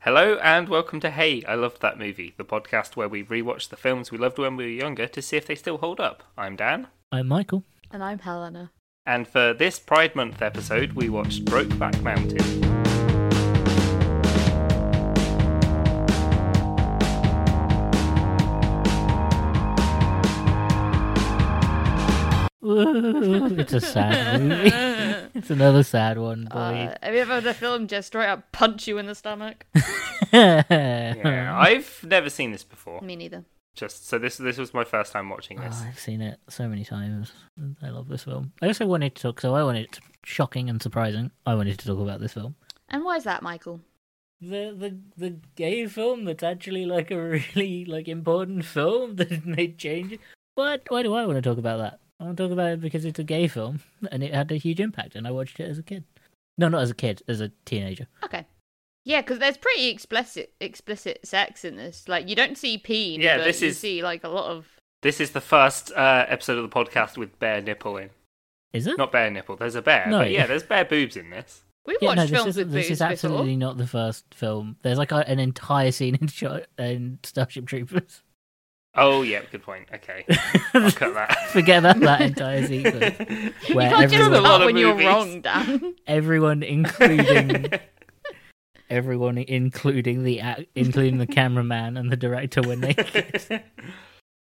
Hello and welcome to Hey, I Loved That Movie, the podcast where we rewatch the films we loved when we were younger to see if they still hold up. I'm Dan. I'm Michael. And I'm Helena. And for this Pride Month episode, we watched Brokeback Mountain. Ooh, it's a sad movie. it's another sad one, Uh, boy. have you ever had a film just straight up punch you in the stomach? Yeah, Oh, I've never seen this before. Me neither. Just so this this was my first time watching Oh, this. I've seen it so many times. I love this film. I also wanted to talk, so I wanted shocking and surprising. I wanted to talk about this film. And why is that, Michael? The the the gay film that's actually like a really like important film that made changes. But why do I want to talk about that? I want to talk about it because it's a gay film and it had a huge impact, and I watched it as a kid. No, not as a kid, as a teenager. Okay. Yeah, because there's pretty explicit explicit sex in this. Like you don't see peen. Yeah, but this you is- see like a lot of. This is the first uh, episode of the podcast with bare nipple in. Is it? Not bare nipple. There's a bear, No. but yeah, there's bare boobs in this. We've Yeah, watched no, this films isn't- with this boobs is absolutely not the first film. There's like a, an entire scene in, Shar- in Starship Troopers. Oh yeah, good point. Okay, I'll cut that. Forget about that entire sequence before. You where can't just everyone- cut A lot of when you're movies. wrong, Dan. everyone, including everyone, including the ac- including the cameraman and the director, were naked.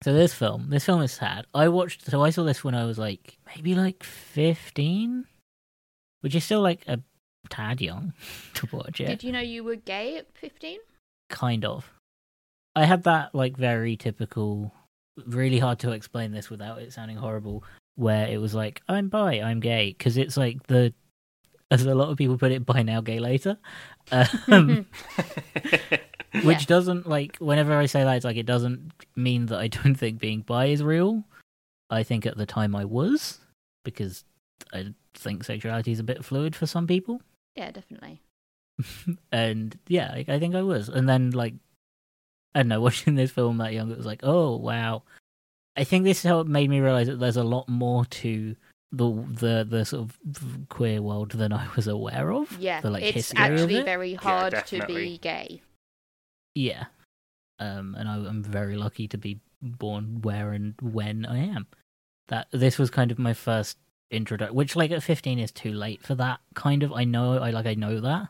So this film, this film is sad. I watched, so I saw this when I was like maybe like fifteen, which is still like a tad young to watch it. Did you know you were gay at 15? kind of. I had that like very typical, really hard to explain this without it sounding horrible, where it was like I'm bi, I'm gay, because it's like the, as a lot of people put it, by now gay later, Mm-hmm. um, which doesn't like whenever I say that, it's like it doesn't mean that I don't think being bi is real. I think at the time I was because I think sexuality is a bit fluid for some people Yeah, definitely. and yeah, I, I think I was. And then like, I don't know, watching this film that young, it was like, oh wow. I think this is how it made me realize that there's a lot more to the the the sort of queer world than I was aware of. Yeah, the like it's history of actually it. very hard to definitely. be gay. Yeah, um, and I, I'm very lucky to be born where and when I am. That this was kind of my first introduction, which like at 15 is too late for that kind of. I know, I like, I know that,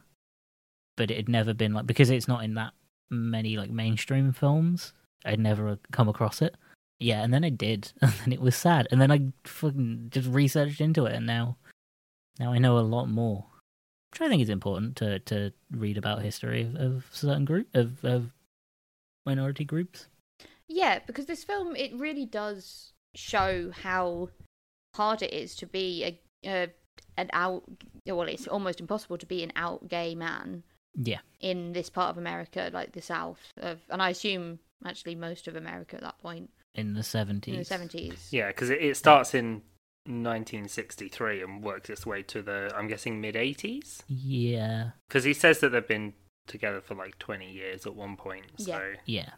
but it had never been like because it's not in that many like mainstream films. I'd never come across it. Yeah, and then I did, and then it was sad, and then I fucking just researched into it, and now, now I know a lot more which I think is important to to read about history of, of certain group of, of minority groups. Yeah, because this film it really does show how hard it is to be a uh, an out. Well, it's almost impossible to be an out gay man Yeah, in this part of America, like the South of, and I assume actually most of America at that point in the in the seventies. seventies. yeah, because it, it starts in 1963 and works its way to the, I'm guessing, mid 80s. Yeah, Because he says that they've been together for like 20 years at one point. So yeah,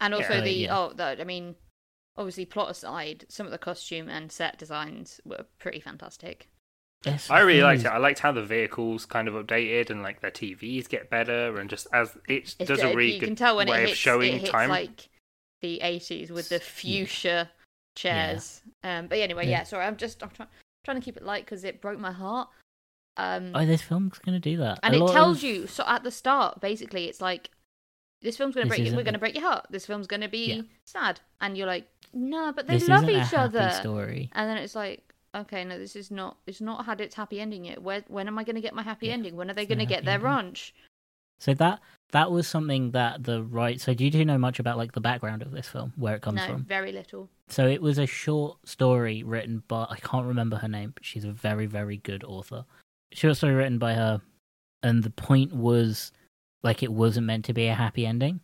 and also Yeah. the Yeah. oh, the, I mean, obviously plot aside, some of the costume and set designs were pretty fantastic. It's- I really thing liked is- it. I liked how the vehicles kind of updated and like their TVs get better and just as it It's- does a uh, really you good can tell when way it of hits, showing it hits, time. like the eighties with the Yeah. fuchsia chairs. Um, but anyway, Yeah. yeah. Sorry, I'm just I'm trying trying to keep it light because it broke my heart. Um, Oh, this film's gonna do that, and A it lot tells of- you so at the start basically it's like this film's gonna This break you, isn't we're gonna a- break your heart this film's gonna be Yeah. sad and you're like no but they This love isn't a each happy other story. and then it's like okay no this is not it's not had its happy ending yet Where, when am i gonna get my happy Yeah, ending when are they it's not a gonna get happy their ending. ranch So that that was something that the right. So do you two know much about like the background of this film, where it comes no from? very little So it was a short story written by I can't remember her name, but she's a very very good author. Short story written by her, and the point was like it wasn't meant to be a happy ending.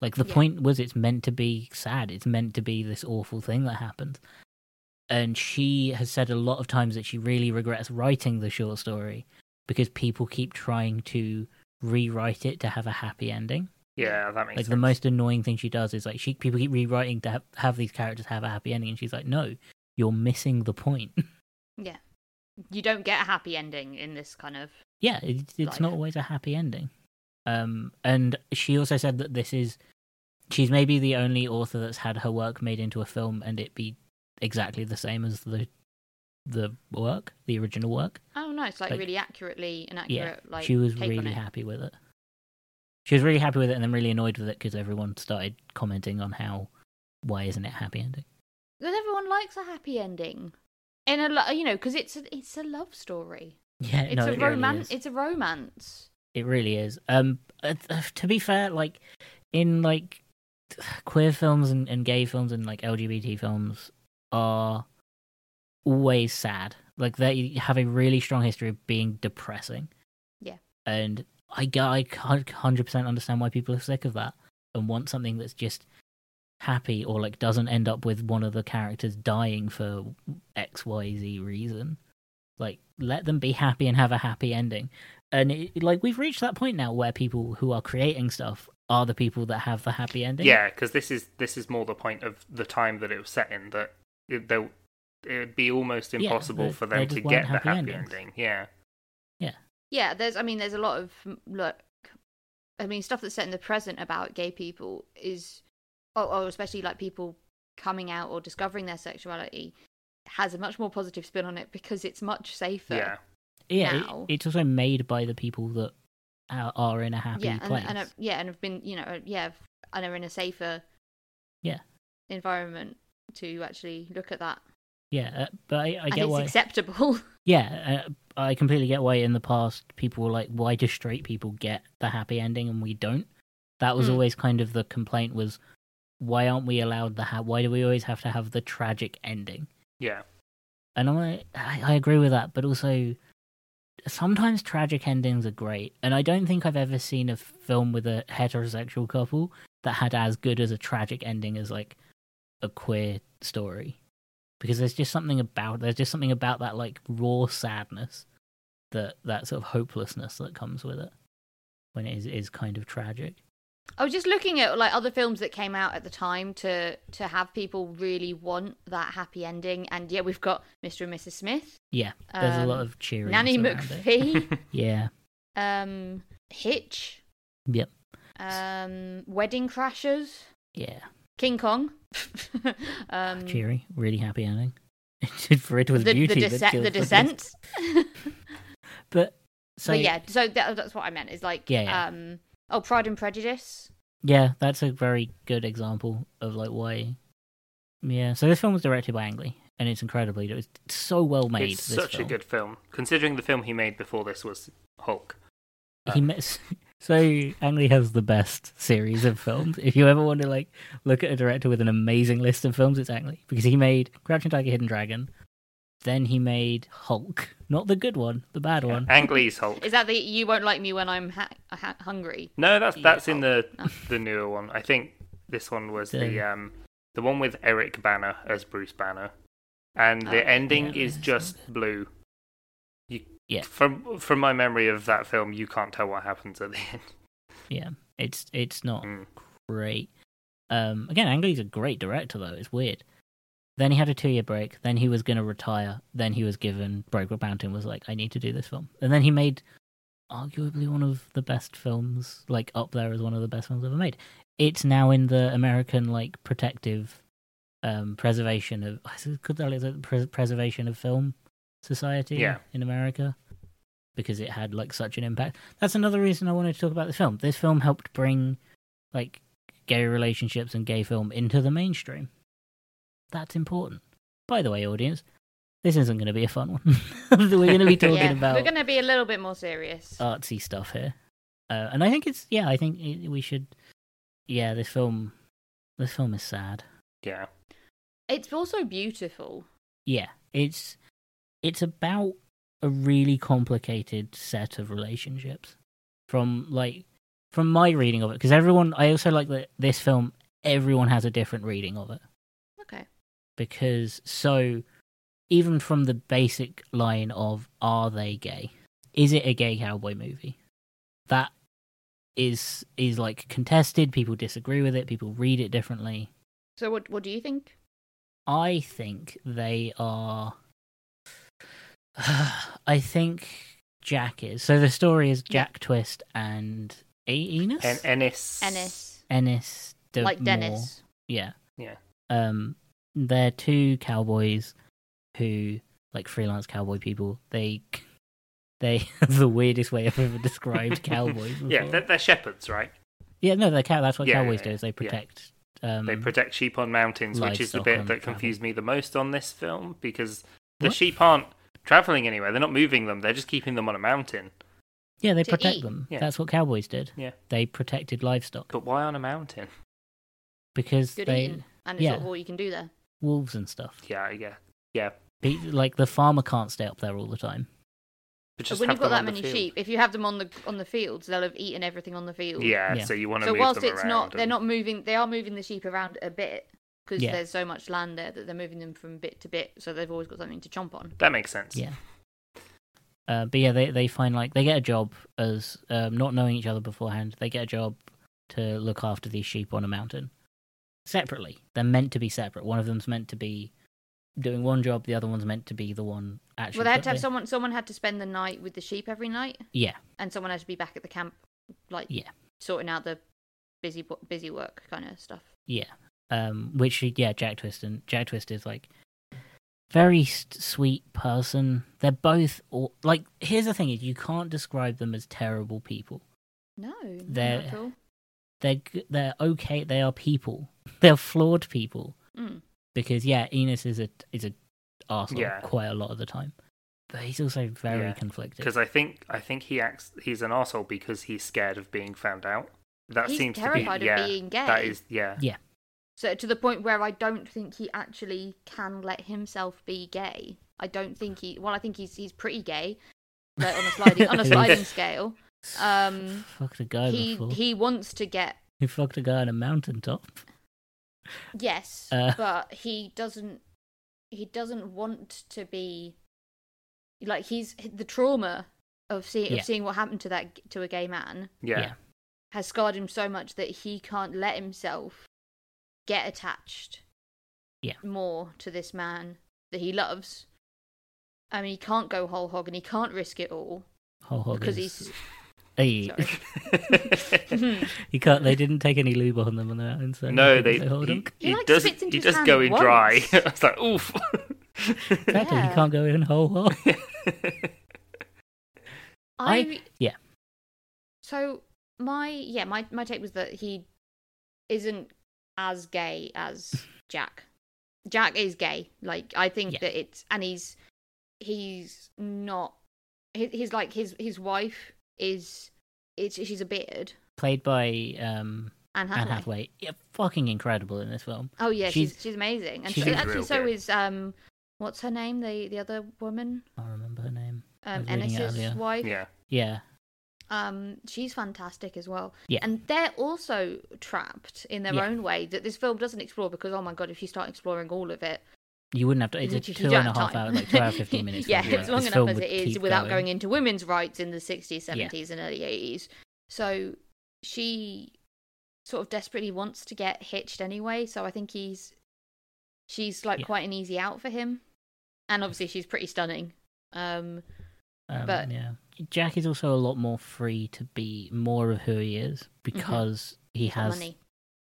Like the Yeah. point was it's meant to be sad. It's meant to be this awful thing that happened. And she has said a lot of times that she really regrets writing the short story because people keep trying to rewrite it to have a happy ending Yeah, that makes like sense. the most annoying thing she does is like she people keep rewriting to have, have these characters have a happy ending and she's like no you're missing the point yeah you don't get a happy ending in this kind of yeah it, it's Life. not always a happy ending Um, and she also said that this is she's maybe the only author that's had her work made into a film and it be exactly the same as the the work, the original work. Oh, no, it's like, Like- really accurately and Yeah, accurate. like she was take on really it. happy with it. She was really happy with it, and then really annoyed with it because everyone started commenting on how why isn't it happy ending? Because everyone likes a happy ending, in a lo- you know, because it's a, it's a love story. Yeah, It's no, a it Really romance. is. it's a romance. It really is. Um, uh, uh, to be fair, like in like queer films and, and gay films and like LGBT films are always sad. Like they have a really strong history of being depressing. Yeah. And I g- I can't hundred percent understand why people are sick of that and want something that's just happy or like doesn't end up with one of the characters dying for X Y Z reason. Like let them be happy and have a happy ending and it, like we've reached that point now where people who are creating stuff are the people that have the happy ending. Yeah, because this is this is more the point of the time that it was set in that it, they, it would be almost Yeah, impossible they- for they them just to weren't get the happy happy endings. ending. Yeah, Yeah, there's. I mean, there's a lot of look. I mean, stuff that's set in the present about gay people is, or, or especially like people coming out or discovering their sexuality, has a much more positive spin on it because it's much safer. yeah, yeah. it- now. it's also made by the people that are, are in a happy yeah, place. and, and have- yeah, and have been, you know, uh, yeah, f- and are in a safer, Yeah. environment to actually look at that. yeah, uh, but I, I and get it's why. acceptable. yeah, uh, I completely get why in the past people were like, "Why do straight people get the happy ending and we don't?" That was Hmm. always kind of the complaint was, "Why aren't we allowed the ha- Why do we always have to have the tragic ending?" yeah. and I, I I agree with that, but also sometimes tragic endings are great, and I don't think I've ever seen a film with a heterosexual couple that had as good as a tragic ending as like a queer story, because there's just something about there's just something about that like raw sadness, that that sort of hopelessness that comes with it when it is is kind of tragic. I was just looking at like other films that came out at the time to to have people really want that happy ending, and yeah, we've got Mr. and Mrs. Smith, Yeah, there's a lot Um, of cheering. Nanny around it. McPhee, Yeah. um, Hitch, Yep. um, Wedding Crashers, Yeah. King Kong, um, cheery, really happy ending. For it was the, beauty, the, that Dece- kills the the beast. Descent. But so but yeah, yeah, so that, that's what I meant. Is like, Yeah, yeah. um, oh, Pride and Prejudice. yeah, that's a very good example of like why. Yeah, so this film was directed by Ang Lee, and it's incredibly it was so well made. it's this such film. a good film. Considering the film he made before this was Hulk. He met, so Ang Lee has the best series of films. if you ever want to like look at a director with an amazing list of films, it's Ang Lee because he made Crouching Tiger, Hidden Dragon. Then he made Hulk, not the good one, the bad one. Ang Lee's Hulk. Is that the you won't like me when I'm ha- ha- hungry? No, that's that's in the Oh. the newer one. I think this one was The- the, um the one with Eric Banner as Bruce Banner, and Oh, the ending yeah, is that's just blue. You, Yeah. From from my memory of that film, you can't tell what happens at the end. Yeah, it's it's not Mm. great. Um, again, Ang Lee's a great director, though. It's weird. Then he had a two-year break. Then he was going to retire. Then he was given Brokeback Mountain. Was like, I need to do this film. And then he made arguably one of the best films, like up there as one of the best films ever made. It's now in the American like protective um, preservation of I s- could tell it's a pres- preservation of film society Yeah. in America because it had like such an impact. That's another reason I wanted to talk about the film. This film helped bring like gay relationships and gay film into the mainstream. That's important. By the way, audience, this isn't going to be a fun one. We're going to be talking yeah, about we're going to be a little bit more serious. artsy stuff here, uh, and I think it's yeah. I think i we should. Yeah, this film, this film is sad. Yeah, it's also beautiful. Yeah, it's it's about a really complicated set of relationships. From like from my reading of it, because everyone, I also like that this film. Everyone has a different reading of it. Okay. because so even from the basic line of are they gay is it a gay cowboy movie that is is like contested people disagree with it people read it differently So what what do you think? i think they are i think jack is so the story is Yeah. jack twist and A- Enos? En- Ennis. Ennis, Ennis. De like Dennis. Yeah. Yeah. Um, they're two cowboys who, like freelance cowboy people, they, they, the weirdest way I've ever described cowboys. Yeah, before. they're, they're shepherds, right? yeah, no, they're cow. That's what Yeah, cowboys yeah, do. Is they yeah. protect. Um, They protect sheep on mountains, which is the livestock bit on that travel. confused me the most on this film because the What? sheep aren't traveling anywhere. They're not moving them. They're just keeping them on a mountain. yeah, they to protect eat. them. Yeah. That's what cowboys did. Yeah. They protected livestock But why on a mountain? because Good they eating, and it's yeah. sort of all you can do there. wolves and stuff. Yeah, yeah, yeah. Be, like the farmer can't stay up there all the time. But But just when have you've got that them on many the field. sheep, if you have them on the on the fields, they'll have eaten everything on the field. Yeah, Yeah. so you want to So move whilst them it's around. not, they're and- not moving. They are moving the sheep around a bit because Yeah. there's so much land there that they're moving them from bit to bit. So they've always got something to chomp on. That makes sense. Yeah. Uh, but yeah, they, they find like they get a job as um, not knowing each other beforehand. They get a job to look after these sheep on a mountain separately. They're meant to be separate. One of them's meant to be doing one job. The other one's meant to be the one actually. well, they had to but have someone. Someone had to spend the night with the sheep every night, Yeah, and someone had to be back at the camp, like Yeah. sorting out the busy bo- busy work kind of stuff. yeah. Um, which yeah, Jack Twist and Jack Twist is like very st- sweet person. They're both all, like. Here's the thing: is you can't describe them as terrible people. No, no, They're- not at all. They're g- they're okay. They are people. They're flawed people. Mm. because yeah, Enos is a is a arsehole Yeah. quite a lot of the time, but he's also very Yeah. conflicted. Because I think I think he acts. He's an asshole because he's scared of being found out. That He's seems terrified to of be yeah. being That gay. is yeah. Yeah, So to the point where I don't think he actually can let himself be gay. I don't think he. Well, I think he's he's pretty gay, but on a sliding on a sliding scale, Um, fucked a guy he before. He... he wants to get fucked a guy on a mountaintop. yes, Uh. but he doesn't. He doesn't want to be like he's the trauma of seeing Yeah. of seeing what happened to that to a gay man yeah, Yeah. has scarred him so much that he can't let himself get attached Yeah. more to this man that he loves. I mean, he can't go whole hog and he can't risk it all Whole hog because is- he's Hey, sorry. he can't. They didn't take any lube on them on the mountain. So no, couldn't they. say hold He, on. He, he like, does. spits into He his does hand go in dry. once. I was like, oof. Exactly, Yeah. you can't go in whole hog. I, yeah. So my yeah my my take was that he isn't as gay as Jack. Jack is gay. Like I think Yeah. that it's and he's he's not. He, he's like his his wife is it's she's a beard Played by um, and Anne Hathaway. Yeah, fucking incredible in this film. Oh yeah, she's She's- she's, amazing. And she's so, real actually, so good. is um what's her name the the other woman I can't remember her name. I um was reading it Ennis's earlier. wife. yeah, Yeah, Um, she's fantastic as well. Yeah. And they're also trapped in their Yeah. own way that this film doesn't explore because oh my god, if you start exploring all of it, you wouldn't have to. It's a you two and don't a have half time. hour, like two hour fifteen minutes. yeah, film, right? it's long This film enough as would it is keep without going. into women's rights in the sixties, seventies, and early eighties. So she sort of desperately wants to get hitched anyway. So I think he's she's like Yeah. quite an easy out for him, and obviously she's pretty stunning. Um, Um, But- yeah, Jack is also a lot more free to be more of who he is because he Mm-hmm. he's got has. money.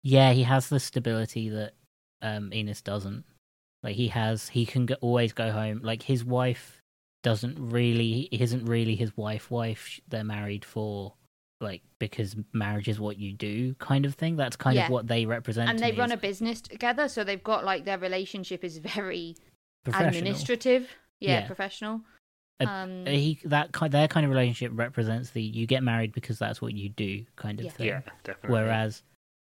Yeah, he has the stability that um, Enos doesn't. Like he has, he can go, always go home. Like his wife doesn't really, he isn't really his wife. Wife, Sh- they're married for like because marriage is what you do, kind of thing. That's kind Yeah. of what they represent. and to they me run as a business together, so they've got like their relationship is very professional. administrative, yeah, Yeah. professional. A- um, He that kind, their kind of relationship represents the you get married because that's what you do kind of Yeah. thing. yeah, definitely. Whereas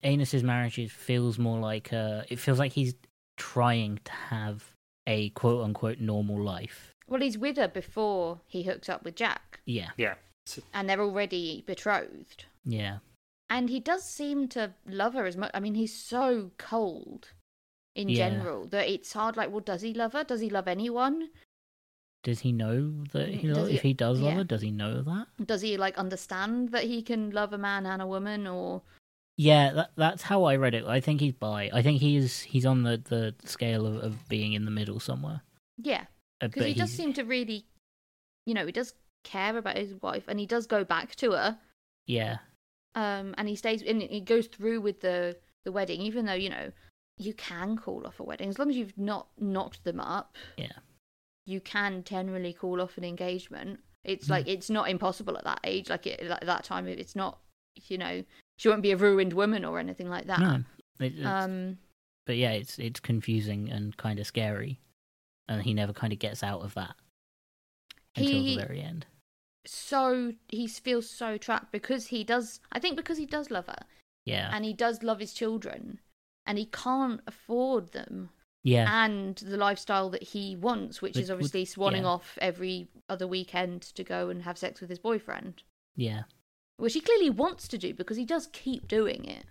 Anus's marriage is- feels more like uh, it feels like he's trying to have a quote unquote normal life. well, he's with her before he hooks up with Jack, Yeah, yeah, so, and they're already betrothed. yeah, And he does seem to love her as much. I mean, he's so cold in Yeah. general that it's hard. Like, well, does he love her? Does he love anyone? does he know that he Does loves? he- If he does love yeah. her, does he know that? Does he like understand that he can love a man and a woman? Or Yeah, that, that's how I read it. I think he's bi. I think he is. He's on the the scale of, of being in the middle somewhere. yeah, Uh, because he does he's- seem to really, you know, he does care about his wife, and he does go back to her. Yeah, um, and he stays and he goes through with the the wedding, even though you know you can call off a wedding as long as you've not knocked them up. Yeah. you can generally call off an engagement. Mm. It's like it's not impossible at that age, like it, at that time. It's not, you know, she won't be a ruined woman or anything like that. No, it, it's- Um, but yeah, it's it's confusing and kind of scary, and he never kind of gets out of that until He- the very end. so he feels so trapped because he does. I think because he does love her Yeah, and he does love his children, and he can't afford them. yeah, and the lifestyle that he wants, which Which is would- obviously swanning yeah. off every other weekend to go and have sex with his boyfriend, yeah. which he clearly wants to do because he does keep doing it.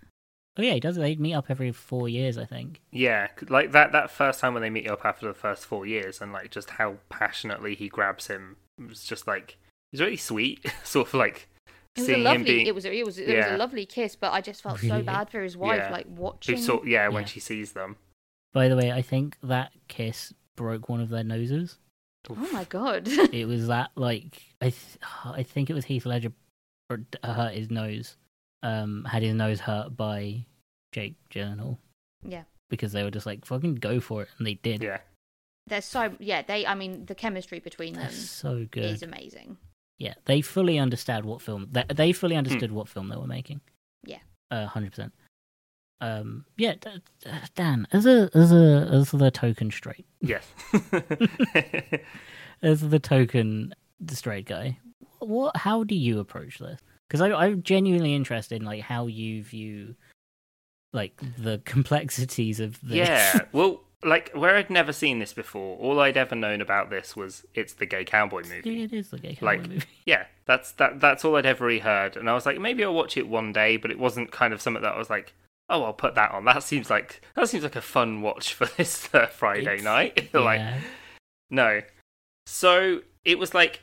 Oh yeah, he does. They meet up every four years, I think. Yeah, c- like that that first time when they meet up after the first four years, and like just how passionately he grabs him it was just like it's really sweet, sort of like It was seeing a him lovely, being. it was, a, it was, it was Yeah. a lovely kiss, but I just felt so Really? bad for his wife, Yeah. like who watching. sort yeah, when Yeah. she sees them. By the way, I think that kiss broke one of their noses. Oh my god! it was that like I th- I think it was Heath Ledger or d- uh, hurt his nose. Um, had his nose hurt by Jake Gyllenhaal yeah, because they were just like fucking go for it, and they did. Yeah, they're so yeah. They, I mean, the chemistry between They're them so good. is amazing. Yeah, they fully understood what film they, they Hmm. fully understood what film they were making. Yeah. hundred percent. Um, yeah, d- d- Dan, as a as a as the token straight, yes. as the token straight guy, what how do you approach this? Because I'm genuinely interested in like how you view like the complexities of this. yeah, well, like where I'd never seen this before, all I'd ever known about this was it's the gay cowboy movie. it is the gay cowboy Like- movie. yeah, that's that. That's all I'd ever really heard, and I was like, maybe I'll watch it one day, but it wasn't kind of something that I was like, oh, I'll put that on. That seems like that seems like a fun watch for this uh, Friday It's- night. like, yeah, no. So it was like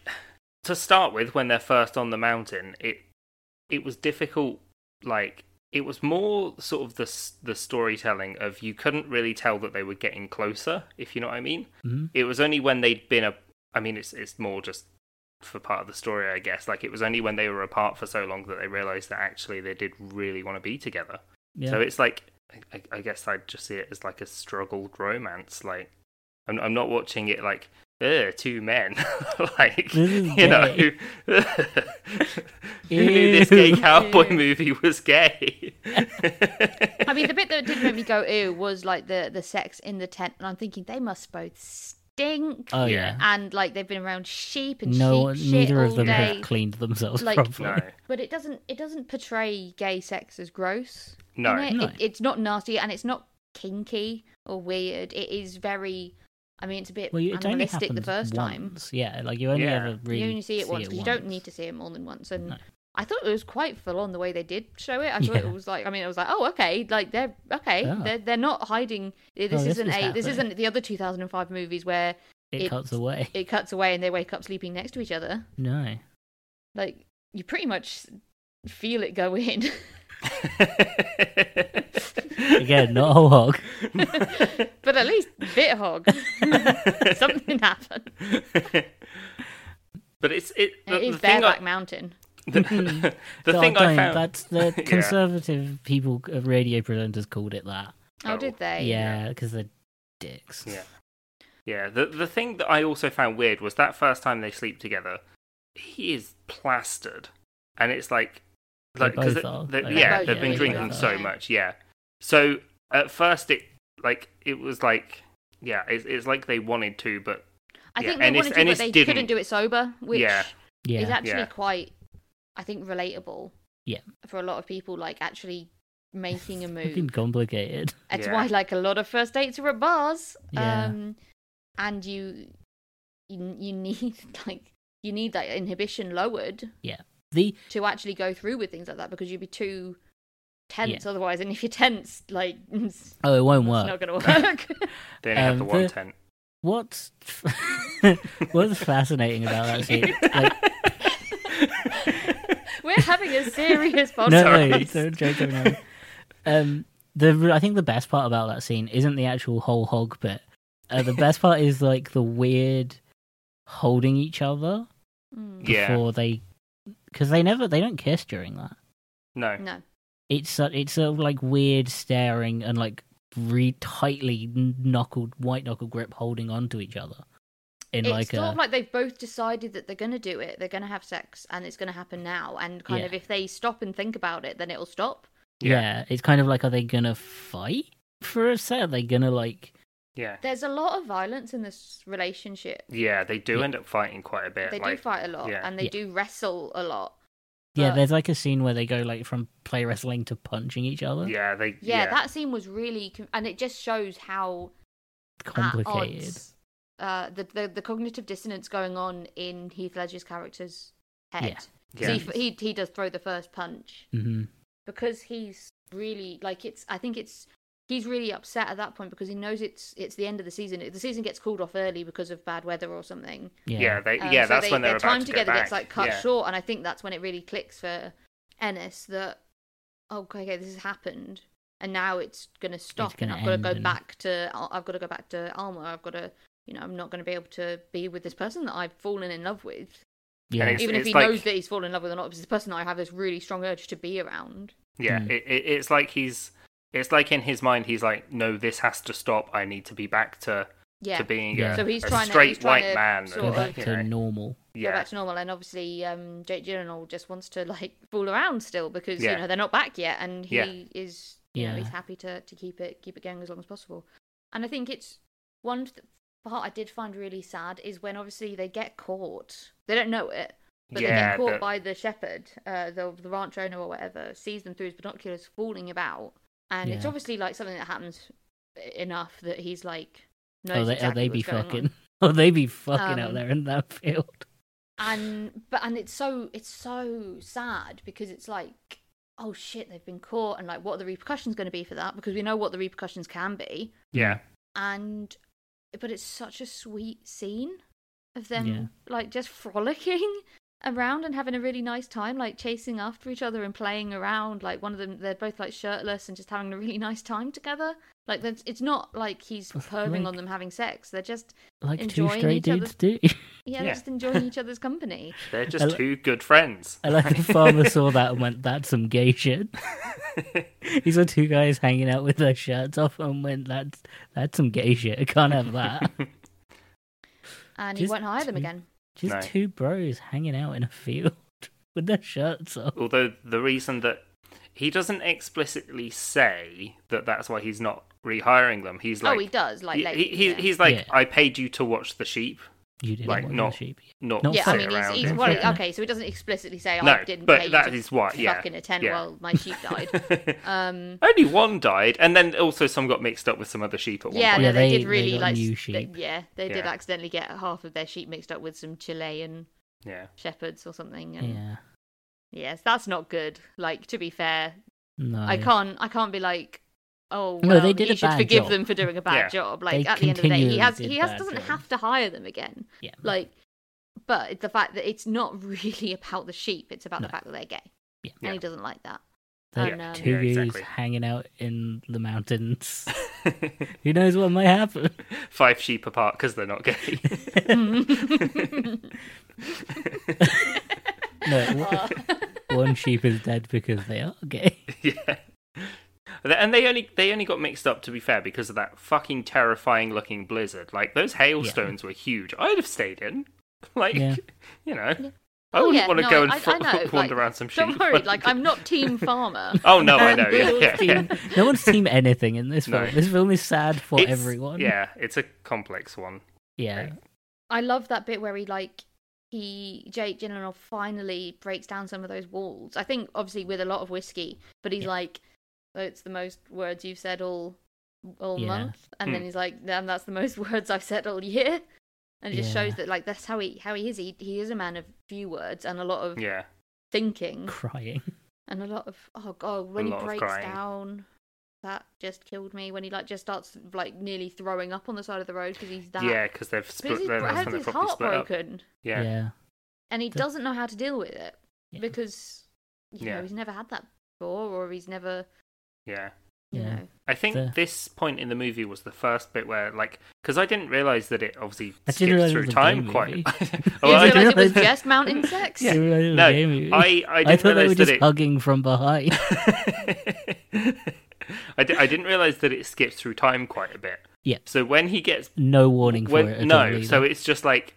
to start with when they're first on the mountain, it it was difficult. Like it was more sort of the s- the storytelling of you couldn't really tell that they were getting closer, if you know what I mean. Mhm. It was only when they'd been a. I mean, it's it's more just for part of the story, I guess. Like it was only when they were apart for so long that they realized that actually they did really want to be together. yeah. So it's like, I- I, I guess I'd just see it as like a struggled romance. Like, I'm, I'm not watching it like, Ugh, two men. like, This is you gay. know, who knew this gay Ew. cowboy Ew. movie was gay? I mean, the bit that did make me go ew was like the the sex in the tent, and I'm thinking they must both stink. oh yeah. yeah. and like they've been around sheep and No, sheep one- shit neither all of them day. have cleaned themselves Like- properly. no, But it doesn't it doesn't portray gay sex as gross. no. in it. No. It- it's not nasty and it's not kinky or weird. It is very. I mean, it's a bit Well, it only animalistic happens the first time. once. Yeah, like you only Yeah. ever really you only see it once. 'cause You don't once. need to see it more than once. And No. I thought it was quite full on the way they did show it. I thought Yeah. it was like. I mean, it was like, oh, okay, like they're okay. Yeah. They're they're not hiding. This Oh, this isn't is a. This happening. isn't the other 2005 movies where It, it- cuts away. it cuts away and they wake up sleeping next to each other. No. Like you pretty much feel it go in. Again, not a hog. but at least bit hog. Something happened. but it's it. The, it is the thing Bareback I, Mountain. the, the God, thing I Mm-hmm. don't. found. That's the Yeah. conservative people, uh, radio presenters called it that. Oh, Oh. did they? Yeah, because they're dicks. Yeah. Yeah, the the thing that I also found weird was that first time they sleep together, he is plastered, and it's like, They like because both are. They yeah, both they've are, been they drinking both so are. much, yeah. So at first it like it was like yeah, it's it's like they wanted to, but I Yeah, think they and wanted it's- to, and but it's they didn't. couldn't do it sober, which Yeah. Yeah. is actually Yeah. quite, I think, relatable. Yeah. For a lot of people, like actually making a Fucking move. complicated. That's Yeah. why, like, a lot of first dates are at bars. Yeah. Um, and you, you, you need like you need that inhibition lowered. The to actually go through with things like that because you'd be too tense otherwise. And if you're tense, like it's oh, it won't work. not going to work. they only have the Um, one the- tent. What's what's fascinating about that scene? Like, We're having a serious podcast. no, no, don't joke around. Um, the I think the best part about that scene isn't the actual whole hog bit. Uh, the best part is like the weird holding each other Mm. Yeah. before they, because they never they don't kiss during that. No. No. It's a, it's a like weird staring and like re tightly knuckled white knuckle grip holding onto each other. In it's like sort a of like they've both decided that they're going to do it. They're going to have sex, and it's going to happen now. And kind Yeah. of if they stop and think about it, then it'll stop. yeah. Yeah. It's kind of like are they gonna fight for a set? Are they gonna like Yeah. There's a lot of violence in this relationship. Yeah, they do Yeah. end up fighting quite a bit. they like, do fight a lot, yeah. and they Yeah. do wrestle a lot. yeah? But- There's like a scene where they go like from play wrestling to punching each other. Yeah, they. Yeah, that scene was really, con- and it just shows how At Complicated. odds, uh, the, the the cognitive dissonance going on in Heath Ledger's character's head. Yeah. 'Cause Yeah. He, he he does throw the first punch. hmm because he's really like it's i think it's he's really upset at that point because he knows it's it's the end of the season the season gets called off early because of bad weather or something Yeah, Yeah. they. Um, yeah, so that's they- when they're their about to time go together back. gets like cut yeah. short and i think that's when it really clicks for ennis that oh okay, okay this has happened and now it's going to stop gonna and i've got to end go and- back to Al- i've got to go back to alma i've got to you know i'm not going to be able to be with this person that i've fallen in love with Yeah. And It's- even if it's he like- knows that he's fallen in love with or not because this person that i have this really strong urge to be around Yeah, Mm. it, it, it's like he's. It's like in his mind, he's like, "No, this has to stop. I need to be back to yeah to being Yeah. a, So he's a trying to- straight he's trying white to man." sort Go and, of- back you to know, normal. go yeah, back to normal. And obviously, um, Jake Gyllenhaal just wants to like fool around still because Yeah. you know they're not back yet, and he Yeah. is you know, Yeah. he's happy to to keep it keep it going as long as possible. And I think it's one th- part I did find really sad is when obviously they get caught. They don't know it, but they yeah, get caught the- by the shepherd, uh, the the ranch owner or whatever, sees them through his binoculars fooling about, and it's Yeah. obviously like something that happens enough that he's like. Knows Oh, they, oh, exactly they be what's going on. fucking. Oh, they be fucking out Um, there in that field. and but and it's so it's so sad because it's like oh shit they've been caught and like what are the repercussions going to be for that because we know what the repercussions can be yeah, Hmm. and but it's such a sweet scene of them Yeah. like just frolicking around and having a really nice time like chasing after each other and playing around like one of them they're both like shirtless and just having a really nice time together like that's it's not like he's But, perving on like- them having sex they're just Like two enjoying straight each other. dudes do. yeah, they're Yeah. just enjoying each other's company they're I just li- two good friends. I like the farmer saw that and went, "That's some gay shit." He saw two guys hanging out with their shirts off and went, "That's that's some gay shit. I can't have that." and he Just won't hire them to- again Just No. two bros hanging out in a field with their shirts off. Although the reason that he doesn't explicitly say that that's why he's not rehiring them, he's like, oh, he does. Like he- later, he- he- yeah. he's like, Yeah. I paid you to watch the sheep, You didn't Like, want not- the sheep. not Not sit yeah, I mean, around. he's, he's and- well, Yeah. okay. So he doesn't explicitly say "Oh, No, I didn't but pay you that to is what- yeah, fucking attend yeah. while my sheep died. um, Only one died, and then also some got mixed up with some other sheep at one yeah, point. no, Yeah, they, they- did they really got like. new they- sheep. yeah, they did Yeah. accidentally get half of their sheep mixed up with some Chilean Yeah, shepherds or something. Yeah. And Yes, that's not good. Like to be fair, No. I can't. I can't be like. Oh, No, well, they did you a should bad forgive job. them for doing a bad Yeah. job. Like They at the end of the day, he continually has did he has bad doesn't jobs. have to hire them again. Yeah. Like, but it's the fact that it's not really about the sheep; it's about the No. fact that they're gay, Yeah. and Yeah. he doesn't like that. They're and, um, two Yeah, dudes exactly. hanging out in the mountains. Who knows what might happen? five sheep apart because they're not gay. No, w- one sheep is dead because they are gay. yeah. And they only they only got mixed up to be fair because of that fucking terrifying looking blizzard. Like those hailstones were huge. I'd have stayed in. Like Yeah. you know. Yeah. I Oh, wouldn't yeah, want to no, go and I- I fo- know, wander like, around some sheep. Don't worry, like I'm not team farmer. Oh no, I know. Yeah, yeah, No one's yeah. team- no one's team anything in this No. film. This film is sad for It's- everyone. Yeah, it's a complex one. Yeah. I love that bit where he like he Jake Gyllenhaal finally breaks down some of those walls. I think obviously with a lot of whiskey, but he's Yeah. like, "Oh, "It's the most words you've said all all Yeah. month," and then Hmm. he's like, "Damn, that's the most words I've said all year," and it just Yeah. shows that like that's how he how he is. He he is a man of few words and a lot of Yeah. thinking Crying. and a lot of oh god when he lot of breaks crying. down. That just killed me when he like just starts like nearly throwing up on the side of the road because he's that Yeah, because they've because split. his, That's has when they his probably heart split up. broken Yeah. and he The- doesn't know how to deal with it Yeah. because you Yeah. know he's never had that before or he's never you Yeah. know I think Fair. this point in the movie was the first bit where, like, because I didn't realize that it obviously I didn't skips realise it through was a time gay quite. movie. Well, I you realize it was didn't- just mountain insects? Yeah. Simulated No, game. I, I didn't thought they were realize that just it. hugging from behind. I, di- I didn't realize that it skips through time quite a bit. Yeah. So when he gets no warning for when, it. At no, all either. so it's just like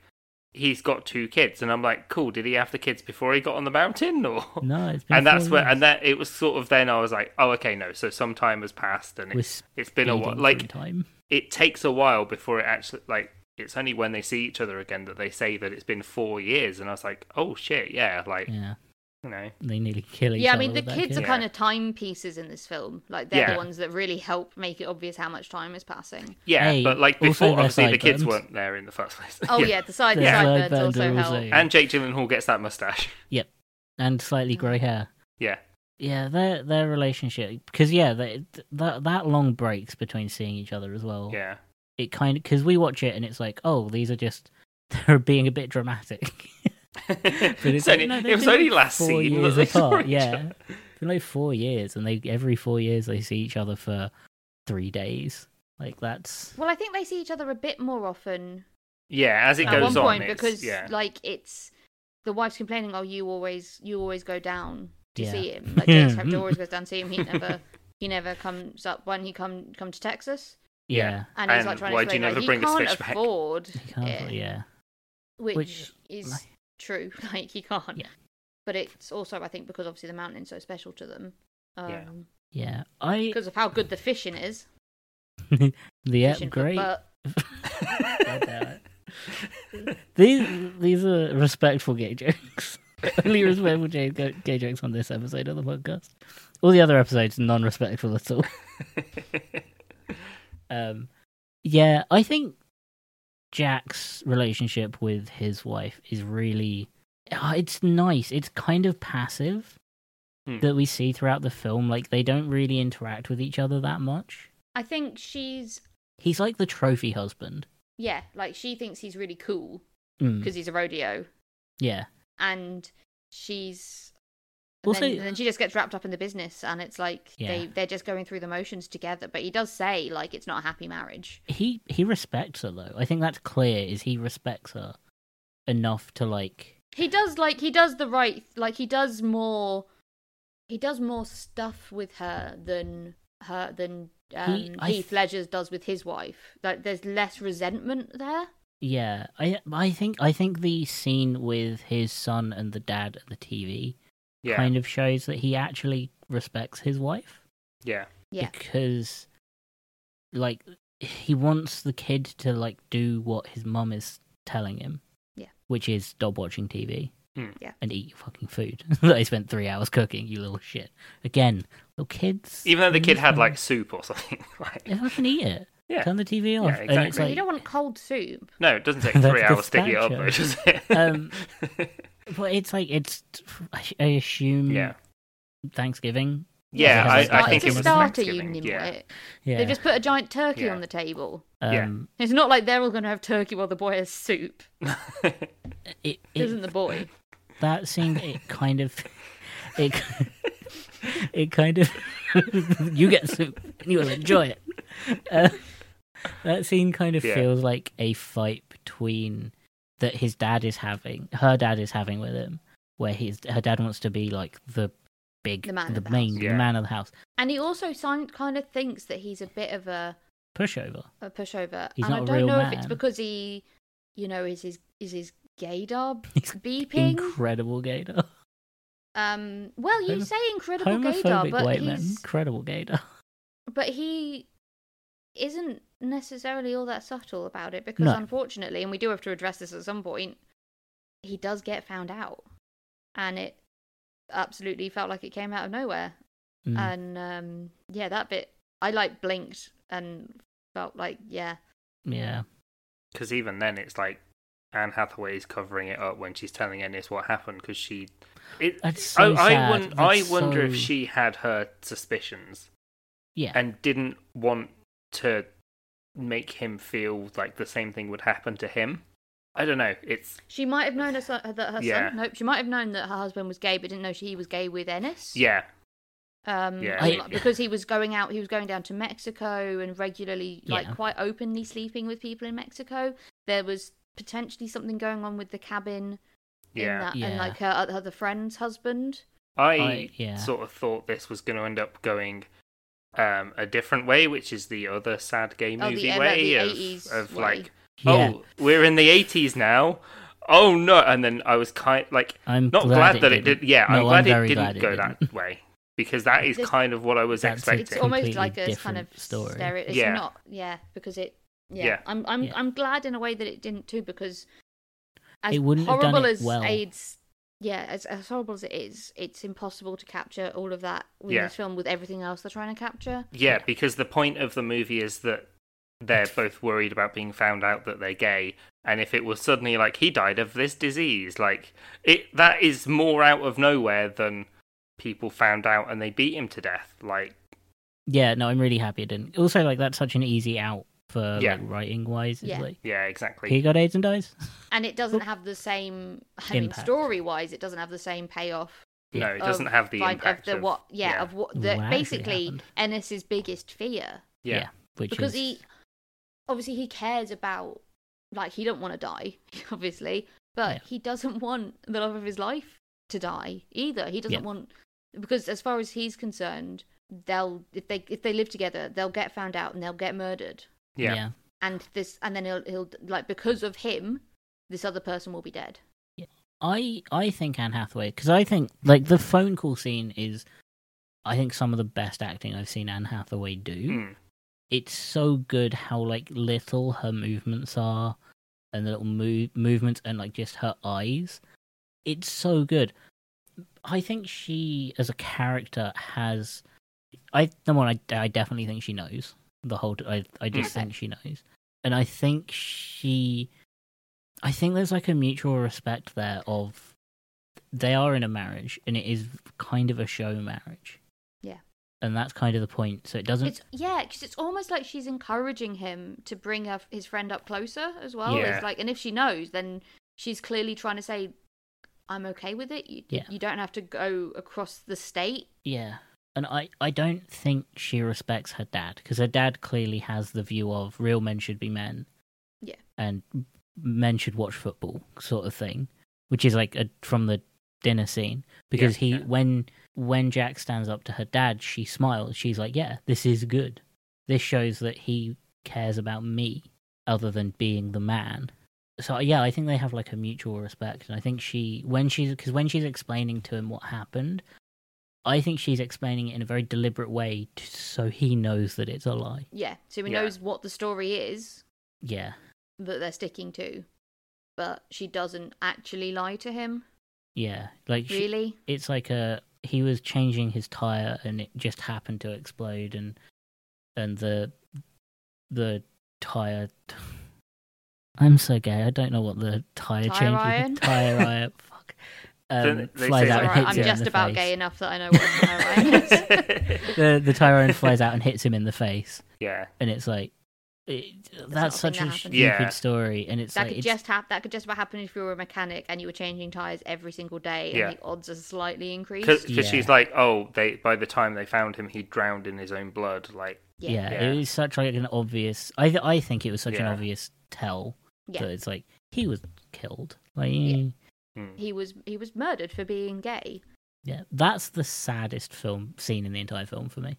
he's got two kids, and I'm like, cool. Did he have the kids before he got on the mountain, or? no, it's been And that's four where, years. and that it was sort of then I was like, oh, okay, no. So some time has passed, and We're it's it's been a while. speeding Like through time. it takes a while before it actually like it's only when they see each other again that they say that it's been four years and i was like oh shit yeah like Yeah, you know they nearly kill each Yeah, I other mean, the with that kids kid. are kid. kind of timepieces in this film. Like, they're Yeah. the ones that really help make it obvious how much time is passing. yeah Hey, but like also before their obviously the side kids burns. weren't there in the first place Oh, yeah, the side, the Yeah. sideburns Sideburns also are also- help. and jake gyllenhaal gets that mustache and slightly grey hair. yeah Yeah, their their relationship because yeah, they, that that long breaks between seeing each other as well. yeah it kind of because we watch it and it's like, oh, these are just they're being a bit dramatic. it's it's only, like, no, they've it was been only like last four scene that years they saw apart, each yeah. other. It's been like four years, and they every four years they see each other for three days. Like that's Well, I think they see each other a bit more often yeah as it at goes one on point it's- because, yeah like, it's the wife's complaining, "Oh, you always, you always go down to Yeah. see him. Like, James Frampton always goes down to see him. He never, he never comes up when he come come to Texas." Yeah. yeah, And he's And like trying why to do you explain, like, never he bring this can't fish back? afford You can't- yeah. it, which, Which, is like- true. Like he can't. Yeah. But it's also, I think, because obviously the mountain's so special to them. Um, Yeah. yeah. I Because of how good the fishing is. the fishing for upgrade. butt. These these are respectful gay jokes. Only respectful gay, gay jokes on this episode of the podcast. All the other episodes non-respectful at all. Um, yeah, I think Jack's relationship with his wife is really. Ah, It's nice. It's kind of passive Hmm. that we see throughout the film. Like, they don't really interact with each other that much. I think she's He's like the trophy husband. yeah, like she thinks he's really cool Mm, because he's a rodeo, yeah. and she's. and Also, then, and then she just gets wrapped up in the business, and it's like they Yeah. they're just going through the motions together. But he does say like it's not a happy marriage. he he respects her though. I think that's clear. Is he respects her enough to like? he does like he does the right like he does more he does more stuff with her than her than um, He- I Heath th- Ledger's does with his wife. Like there's less resentment there. Yeah, I I think I think the scene with his son and the dad at the TV yeah kind of shows that he actually respects his wife yeah Yeah, because like he wants the kid to like do what his mum is telling him Yeah. which is stop watching tv Hmm. Yeah. and eat your fucking food that i spent three hours cooking you little shit again little kids even though the kid had understand. like soup or something like, yeah, fucking eat it yeah turn the tv off and it's exactly. so you like don't want cold soup. No, it doesn't take That's three the hours to heat up, stature. though, does it? Um, but it's like it's i I assume yeah, thanksgiving yeah. it's I, a I start- think it's it a was starter, you Thanksgiving, nimwit. Yeah, yeah They just put a giant turkey Yeah. on the table. yeah. um It's not like they're all going to have turkey while the boy has soup, it, it isn't the boy? that scene it kind of it it kind of you get soup and you'll enjoy it uh, that scene kind of Yeah. feels like a fight between that his dad is having her dad is having with him where his her dad wants to be like the big The man of the main house. Yeah. the man of the house And he also kind of thinks that he's a bit of a pushover a pushover. He's and not I a don't real know if it's man. because he, you know, is his is his gaydar He's beeping. incredible gator um, well, you Homo- say incredible gaydar, homophobic but white man he's incredible gator but he isn't necessarily all that subtle about it because No. unfortunately, and we do have to address this at some point, he does get found out, and it absolutely felt like it came out of nowhere. Mm. And um, yeah, that bit I like blinked and felt like yeah, yeah because even then, it's like Anne Hathaway's covering it up when she's telling Ennis what happened because she. It, That's so I, I, sad. won- I That's wonder if so- she had her suspicions yeah and didn't want to make him feel like the same thing would happen to him. I don't know. It's She might have known her son, that her Yeah. son. Nope. She might have known that her husband was gay, but didn't know she was gay with Ennis. yeah, um Yeah, a I- lot- because he was going out he was going down to mexico and regularly like Yeah. quite openly sleeping with people in mexico there was potentially something going on with the cabin in Yeah, that, Yeah. and like her oth- other friend's husband I, I- yeah. sort of thought this was going to end up going um, a different way, which is the other sad gay Oh, the movie end of way the of, 80s of way. like, Yeah, oh, we're in the eighties now. Oh no! And then I was kind like I'm not glad, that it didn't. did. Yeah, I'm No, glad it very didn't glad go didn't. that way because that is This- kind of what I was That's it. expecting. it's almost completely like a kind of different story. stereo. It's Yeah. not, yeah, because it. Yeah, Yeah. I'm, I'm, Yeah. I'm glad in a way that it didn't too, because as It wouldn't have horrible done it as well. AIDS, yeah, as, as horrible as it is, it's impossible to capture all of that with Yeah. this film with everything else they're trying to capture. Yeah, because the point of the movie is that they're both worried about being found out that they're gay, and if it was suddenly like he died of this disease, like it that is more out of nowhere than people found out and they beat him to death. Like Yeah, no, I'm really happy it didn't. Also, like that's such an easy out for Yeah. like, writing wise. Yeah. Yeah. Like, yeah, exactly. he got AIDS and dies. And it doesn't have the same. I mean, Impact. story wise, it doesn't have the same payoff. no, it doesn't of, have the like, impact of the what? Yeah, yeah. of what? What The, actually basically, happened. Ennis's biggest fear yeah. which because is he obviously he cares about like he don't want to die obviously but Yeah. he doesn't want the love of his life to die either he doesn't Yeah. want because as far as he's concerned they'll if they if they live together they'll get found out and they'll get murdered yeah. and this and then he'll he'll like because of him this other person will be dead I I think Anne Hathaway because I think like the phone call scene is, I think some of the best acting I've seen Anne Hathaway do. Mm. It's so good how like little her movements are, and the little move movements and like just her eyes. It's so good. I think she as a character has, I number one I, I definitely think she knows the whole. I I just Okay. think she knows, and I think she. I think there's like a mutual respect there of they are in a marriage and it is kind of a show marriage. Yeah. And that's kind of the point. So it doesn't it's yeah because it's almost like she's encouraging him to bring her, his friend up closer as well Yeah. it's like and if she knows then she's clearly trying to say i'm okay with it you, Yeah. you don't have to go across the state Yeah. And I, I don't think she respects her dad because her dad clearly has the view of real men should be men. Yeah. And men should watch football sort of thing, which is like a, from the dinner scene because Yeah, he yeah. when when Jack stands up to her dad, she smiles. She's like, "Yeah, this is good. This shows that he cares about me other than being the man." So yeah, I think they have like a mutual respect and I think she when she's because when she's explaining to him what happened, I think she's explaining it in a very deliberate way t so he knows that it's a lie. yeah so he Yeah. knows what the story is Yeah. that they're sticking to but she doesn't actually lie to him Yeah. Like she, really it's like a he was changing his tire and it just happened to explode and and the the tire I'm so gay. I don't know what the tire, Tire changing iron? tire iron fuck um, They- they flies say that- out and Alright, hits i'm him just in the about face. gay enough that i know what Tyrone is. The the tire iron flies out and hits him in the face, yeah. and it's like it, not that's a such thing a that stupid happens. Yeah. story, and it's that like could it's- just hap- that could just about happen if you were a mechanic and you were changing tires every single day and Yeah. the odds are slightly increased Because Yeah. she's like, oh, they by the time they found him, he drowned in his own blood. Like, yeah yeah, yeah, Yeah. it was such like an obvious. I th- I think it was such an Yeah. obvious tell that it's like he was killed. Like yeah. Yeah. mm. he was he was murdered for being gay that's the saddest film scene in the entire film for me.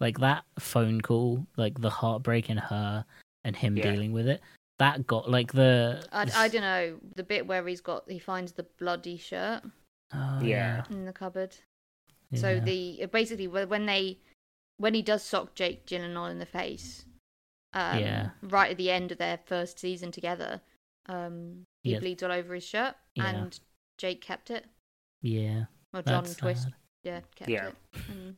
Like that phone call, like the heartbreak in her and him Yeah. dealing with it. That got like the. I, the I s- don't know the bit where he's got he finds the bloody shirt Oh, Yeah. in the cupboard so yeah. the basically wh- when they when he does sock Jake Gyllenhaal in the face um, Yeah. right at the end of their first season together um, he Yeah. bleeds all over his shirt Yeah. and Jake kept it yeah, well John that's Twist sad. yeah kept Yeah. it Mm, and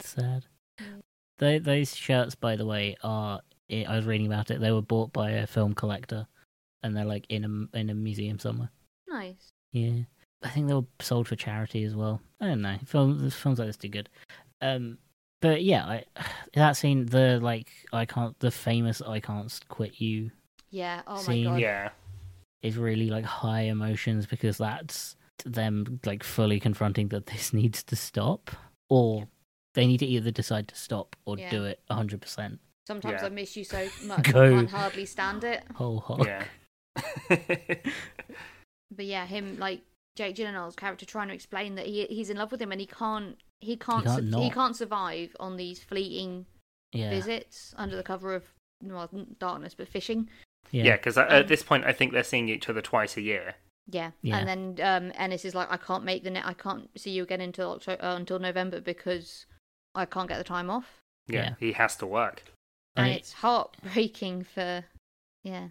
That's sad. Mm. Tho- those shirts, by the way, are. I I was reading about it. They were bought by a film collector, and they're like in a in a museum somewhere. nice Yeah, I think they were sold for charity as well. I don't know. Films, films like this do good. Um, but yeah, I, that scene, the like, I can't, the famous "I can't quit you" yeah oh Scene. my god yeah, is really like high emotions because that's them like fully confronting that this needs to stop. or they need to either decide to stop or Yeah. do it 100% Sometimes Yeah. I miss you so much, I Go. can't hardly stand it. whole hog. Yeah. But yeah, him like Jake Gyllenhaal's character trying to explain that he he's in love with him and he can't he can't can't su- he not. can't survive on these fleeting Yeah. visits under the cover of well, darkness, but fishing. yeah, because Um, at this point, I think they're seeing each other twice a year. Yeah. Yeah. And then um, Ennis is like, I can't make the net. I can't see you again until October, uh, until November because I can't get the time off. Yeah, Yeah. he has to work. And And, it- it's heartbreaking for, yeah.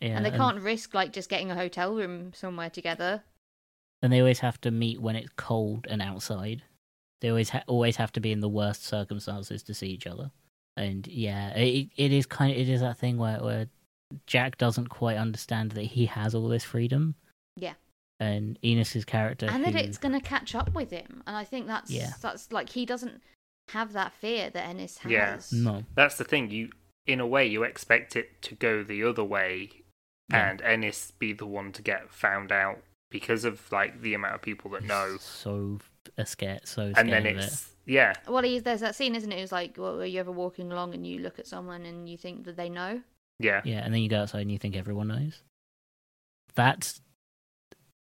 yeah, and they can't risk like just getting a hotel room somewhere together. and they always have to meet when it's cold and outside. They always ha- always have to be in the worst circumstances to see each other. And yeah, it it is kind of it is that thing where where Jack doesn't quite understand that he has all this freedom. Yeah. And Enos's character, and that who- it's gonna catch up with him. And I think that's Yeah. that's like he doesn't have that fear that Ennis has. Yeah. no, That's the thing. You, in a way, you expect it to go the other way, Yeah. and Ennis be the one to get found out because of like the amount of people that know, so f- scared, so scared and then of it. it's yeah, Well, he, there's that scene, isn't it? It was like, well, are you ever walking along and you look at someone and you think that they know? yeah, Yeah, and then you go outside and you think everyone knows. That's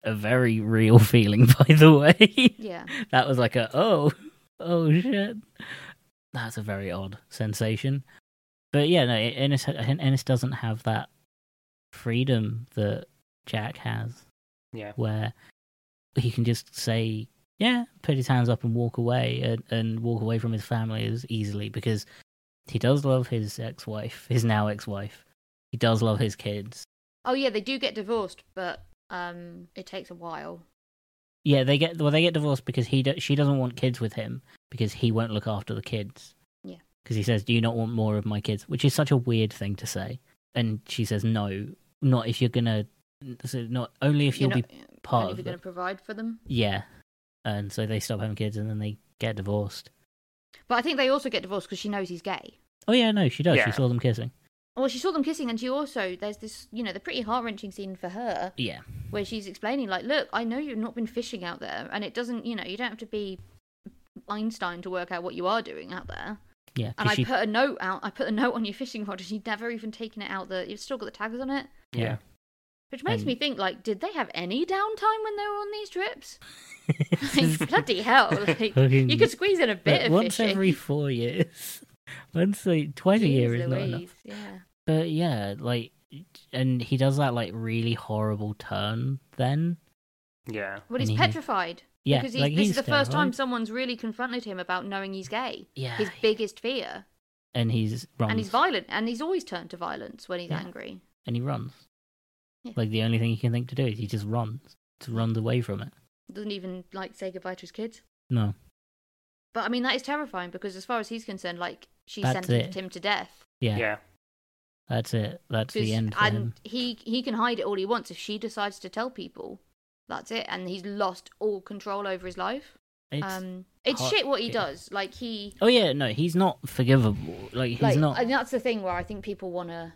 a very real feeling, by the way. Yeah. that was like a oh, oh shit. That's a very odd sensation. But yeah, no, Ennis Ennis doesn't have that freedom that Jack has, yeah, where he can just say, yeah, put his hands up and walk away, and, and walk away from his family as easily because he does love his ex-wife, his now ex-wife. He does love his kids. Oh yeah, they do get divorced, but um, it takes a while. Yeah, they get well. They get divorced because he do, she doesn't want kids with him because he won't look after the kids. Yeah. Because he says, "Do you not want more of my kids?" Which is such a weird thing to say. And she says, "No, not if you're gonna. So not only if You you'll know, be part only if of you're it. going to provide for them. yeah." And so they stop having kids, and then they get divorced. But I think they also get divorced because she knows he's gay. Oh yeah, no, she does. Yeah. She saw them kissing. Well, she saw them kissing, and she also there's this you know the pretty heart wrenching scene for her Yeah, where she's explaining like, look, I know you've not been fishing out there, and it doesn't you know you don't have to be Einstein to work out what you are doing out there. yeah. 'cause And I she, put a note out. I put a note on your fishing rod, and you'd never even taken it out. The you've still got the tags on it, yeah, which makes And- me think like, did they have any downtime when they were on these trips? Like, bloody hell! Like, Fucking- you could squeeze in a bit But of once fishing. every four years, once like twice a year Jeez is not enough. Louise, Yeah. But yeah, like, and he does that like really horrible turn. Then yeah, Well, he's And he- petrified. yeah, because he's, like, this he's is the first time terrified. someone's really confronted him about knowing he's gay. Yeah, His biggest fear, and he's runs, and he's violent, and he's always turned to violence when he's Yeah. angry. and he runs. Yeah. Like the only thing he can think to do is he just runs, just runs away from it. Doesn't even like say goodbye to his kids. No, But I mean, that is terrifying because as far as he's concerned, like she That's sentenced it. him to death. yeah, yeah, that's it. That's 'Cause- the end for and him. he he can hide it all he wants. If she decides to tell people, that's it, and he's lost all control over his life. It's, um, it's hard- shit what he yeah. does. Like he oh yeah, no, he's not forgivable. Like he's like, not. and that's the thing where I think people want to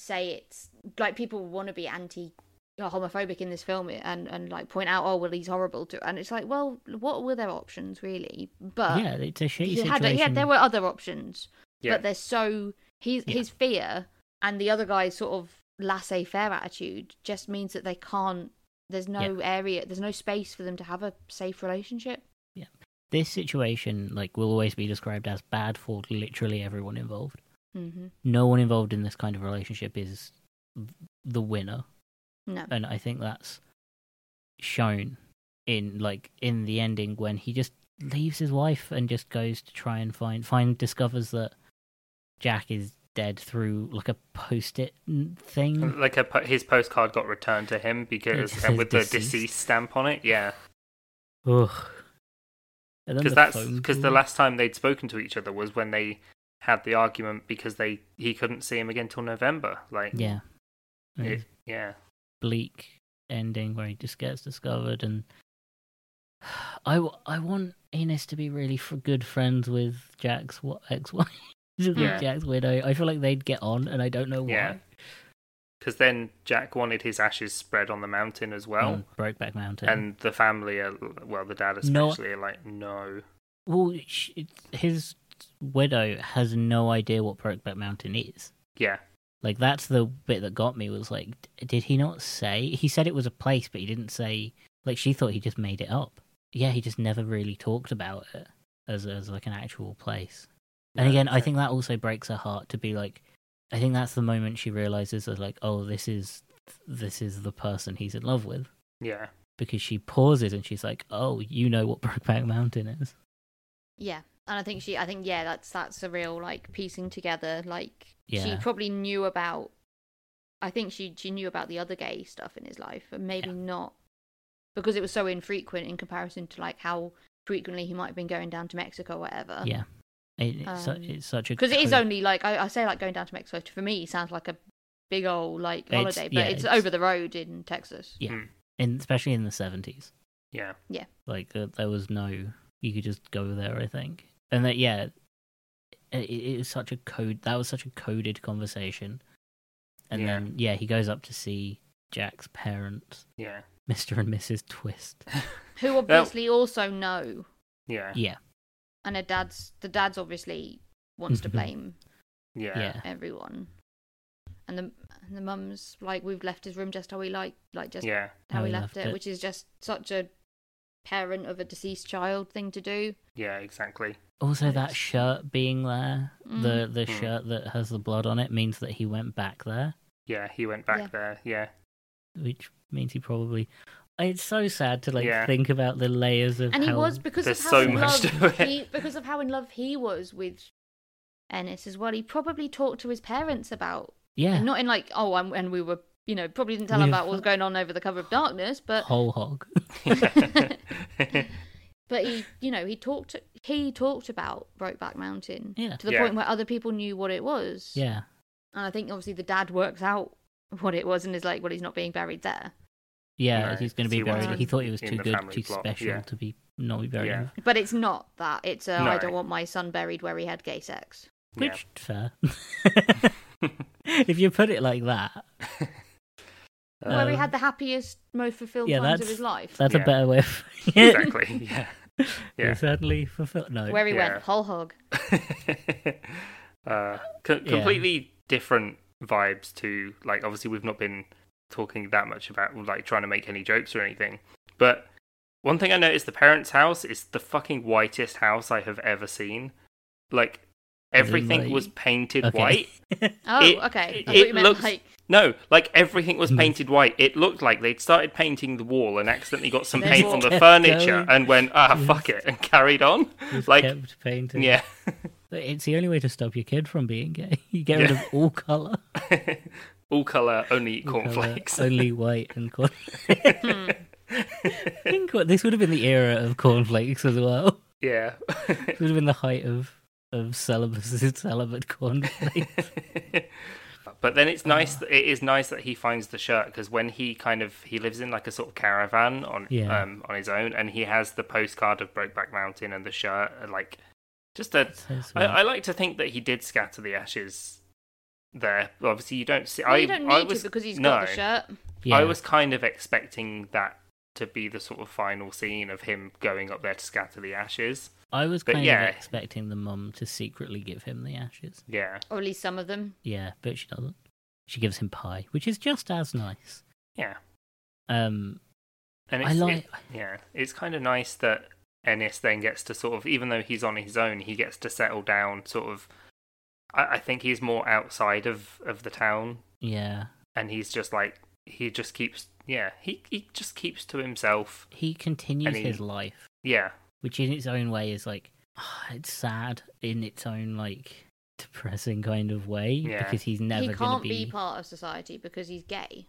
say it's like people want to be anti uh, homophobic in this film eh, and and like point out oh well he's horrible to and it's like well what were their options really but yeah, it's a shitty he situation. had, yeah there were other options yeah. but they're so his Yeah. his fear and the other guy's sort of laissez-faire attitude just means that they can't there's no area there's no space for them to have a safe relationship This situation, like, will always be described as bad for literally everyone involved. mm-hmm. no one involved in this kind of relationship is the winner no and i think that's shown in like in the ending when he just leaves his wife and just goes to try and find find discovers that jack is dead through like a post-it n- thing Like a po- his postcard got returned to him It because just and says with the deceased. deceased stamp on it, yeah. Ugh. And then because the Mm. that's phone because the call. last time they'd spoken to each other was when they had the argument because they he couldn't see him again till November. Like yeah it- yeah, bleak ending where he just gets discovered and I, w- I want Enos to be really f- good friends with Jack's wa- ex-wife, with Yeah. Jack's widow. I feel like they'd get on, and I don't know why. Yeah. because then Jack wanted his ashes spread on the mountain as well, Mm, On Brokeback Mountain. and the family, are, well, the dad No- especially, are like no, Well, sh his widow has no idea what Brokeback Mountain is. Yeah, Like that's the bit that got me was like, d- did he not say? He said it was a place, but he didn't say. Like she thought he just made it up. Yeah, he just never really talked about it as as like an actual place. And Yeah, again, I okay. think that also breaks her heart to be like, I think that's the moment she realizes that like, oh, this is this is the person he's in love with yeah, because she pauses and she's like, oh, you know what Brokeback Mountain is. Yeah, and I think she, I think yeah, that's that's a real like piecing together. Like she Yeah. probably knew about. I think she she knew about the other gay stuff in his life, and maybe Yeah. not because it was so infrequent in comparison to like how frequently he might have been going down to Mexico or whatever. yeah, It- it's, su- Uh-huh. um, it's such a because it is clear- only like I, I say like going down to Mexico for me sounds like a big old like It's- holiday, but yeah, it's, it's- over the road in Texas. Yeah. Mm. in, especially in the seventies. yeah. Like uh, there was no, you could just go there. I think, and that yeah, it, it was such a code. That was such a coded conversation. And Yeah. then yeah, he goes up to see Jack's parents, Yeah, Mister and Mrs. Twist. Who obviously also know, yeah, Yeah, and her dad's the dad's obviously wants to Mhm. blame yeah, yeah, everyone. And the and the mum's like, we've left his room just how we like, like just yeah, how we left, it, which is just such a parent of a deceased child thing to do. yeah, exactly. Also, that Yes. shirt being there, the the Mm. shirt that has the blood on it, means that he went back there, Yeah, he went back Yeah. there. Yeah, which means he probably. It's so sad to like Yeah. think about the layers of And he how- was because There's of how so in much love to it. he because of how in love he was with Ennis as well. He probably talked to his parents about yeah and not in like oh and, and we were you know probably didn't tell We him were about what was fu- going on over the cover of darkness, but whole hog. but he you know he talked he talked about Brokeback Mountain Yeah. to the Yeah. point where other people knew what it was. Yeah, And I think obviously the dad works out what it was and is like, well, he's not being buried there. yeah, No, he's going 'cause to be he wasn't buried. He thought he was in too the good, family too plot, special yeah. to be not be buried. Yeah. with. But it's not that. It's a, I No. don't want my son buried where he had gay sex. yeah. Which fair. if you put it like that, where he Um, had the happiest, most fulfilled yeah, times of that's- his life. that's a Yeah. better way. Of... exactly. Yeah, yeah. yeah. Certainly fulfilled. No. where he yeah. went whole hog. uh, co- completely different vibes to like. Obviously, we've not been talking that much about like trying to make any jokes or anything. But one thing I noticed: the parents' house is the fucking whitest house I have ever seen. Like As in, everything like- was painted Okay. white. Oh, It- okay. it- I thought it you meant looks- like No, like everything was Mm. painted white. It looked like they'd started painting the wall and accidentally got some They paint just on the kept furniture going. and went, ah, Yes. fuck it, and carried on. Just like, kept painting. yeah. It's the only way to stop your kid from being gay. You get rid of Yeah. all color, All colour, only cornflakes. only white and corn. Hmm. Think what- this would have been the era of cornflakes as well. yeah. It would have been the height of of celibacy, celibate cornflakes. but then Ah. it's nice. that it is nice that he finds the shirt because when he kind of he lives in like a sort of caravan on Yeah. um, on his own, and he has the postcard of Brokeback Mountain and the shirt, and like just a So sweet. I, I like to think that he did scatter the ashes there. Obviously, you don't see. well, I, you don't need I was, to because he's no, got the shirt. yeah. I was kind of expecting that to be the sort of final scene of him going up there to scatter the ashes. I was But kind yeah. of expecting the mum to secretly give him the ashes. Yeah, Or at least some of them. Yeah, but she doesn't. She gives him pie, which is just as nice. yeah. Um, And I it's, like- it- yeah, it's kind of nice that Ennis then gets to sort of, even though he's on his own, he gets to settle down. Sort of, I, I think he's more outside of of the town, yeah, and he's just like he just keeps, yeah, he he just keeps to himself. he continues And he- his life, Yeah, which in its own way is like it's sad in its own like depressing kind of way Yeah. because he's never he gonna can't be... part of society because he's gay.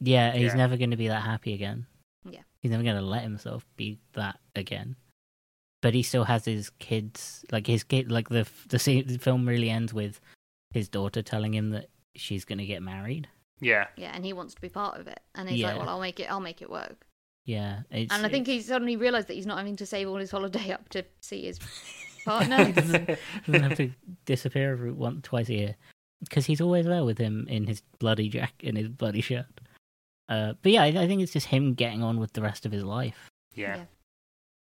yeah he's Yeah. never gonna be that happy again. Yeah. he's never gonna let himself be that again. But he still has his kids, like his kid, like the f- the, scene, the film really ends with his daughter telling him that she's gonna get married. yeah, Yeah, and he wants to be part of it. And he's like, Yeah. well, I'll make it. I'll make it work. Yeah, it's, and I think it's- he suddenly realised that he's not having to save all his holiday up to see his partner. doesn't have to disappear every once twice a year because he's always there with him in his bloody jack in his bloody shirt. Uh, but yeah, I, I think it's just him getting on with the rest of his life. yeah.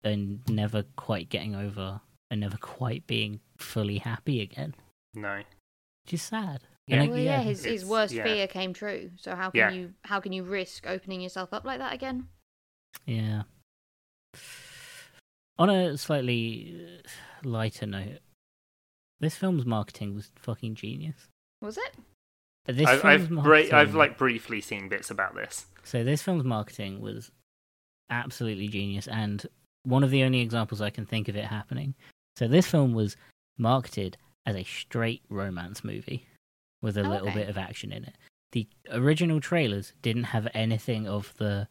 and never quite getting over and never quite being fully happy again. No. Which is sad. Yeah. And Well, I- yeah, his, his It's- worst yeah. fear came true. So how can Yeah. you how can you risk opening yourself up like that again? Yeah. On a slightly uh, lighter note, this film's marketing was fucking genius. Was it? This I, I've film's bri- I've marketing- like briefly seen bits about this. so this film's marketing was absolutely genius and one of the only examples I can think of it happening. So this film was marketed as a straight romance movie with a Oh, little okay. bit of action in it. The original trailers didn't have anything of the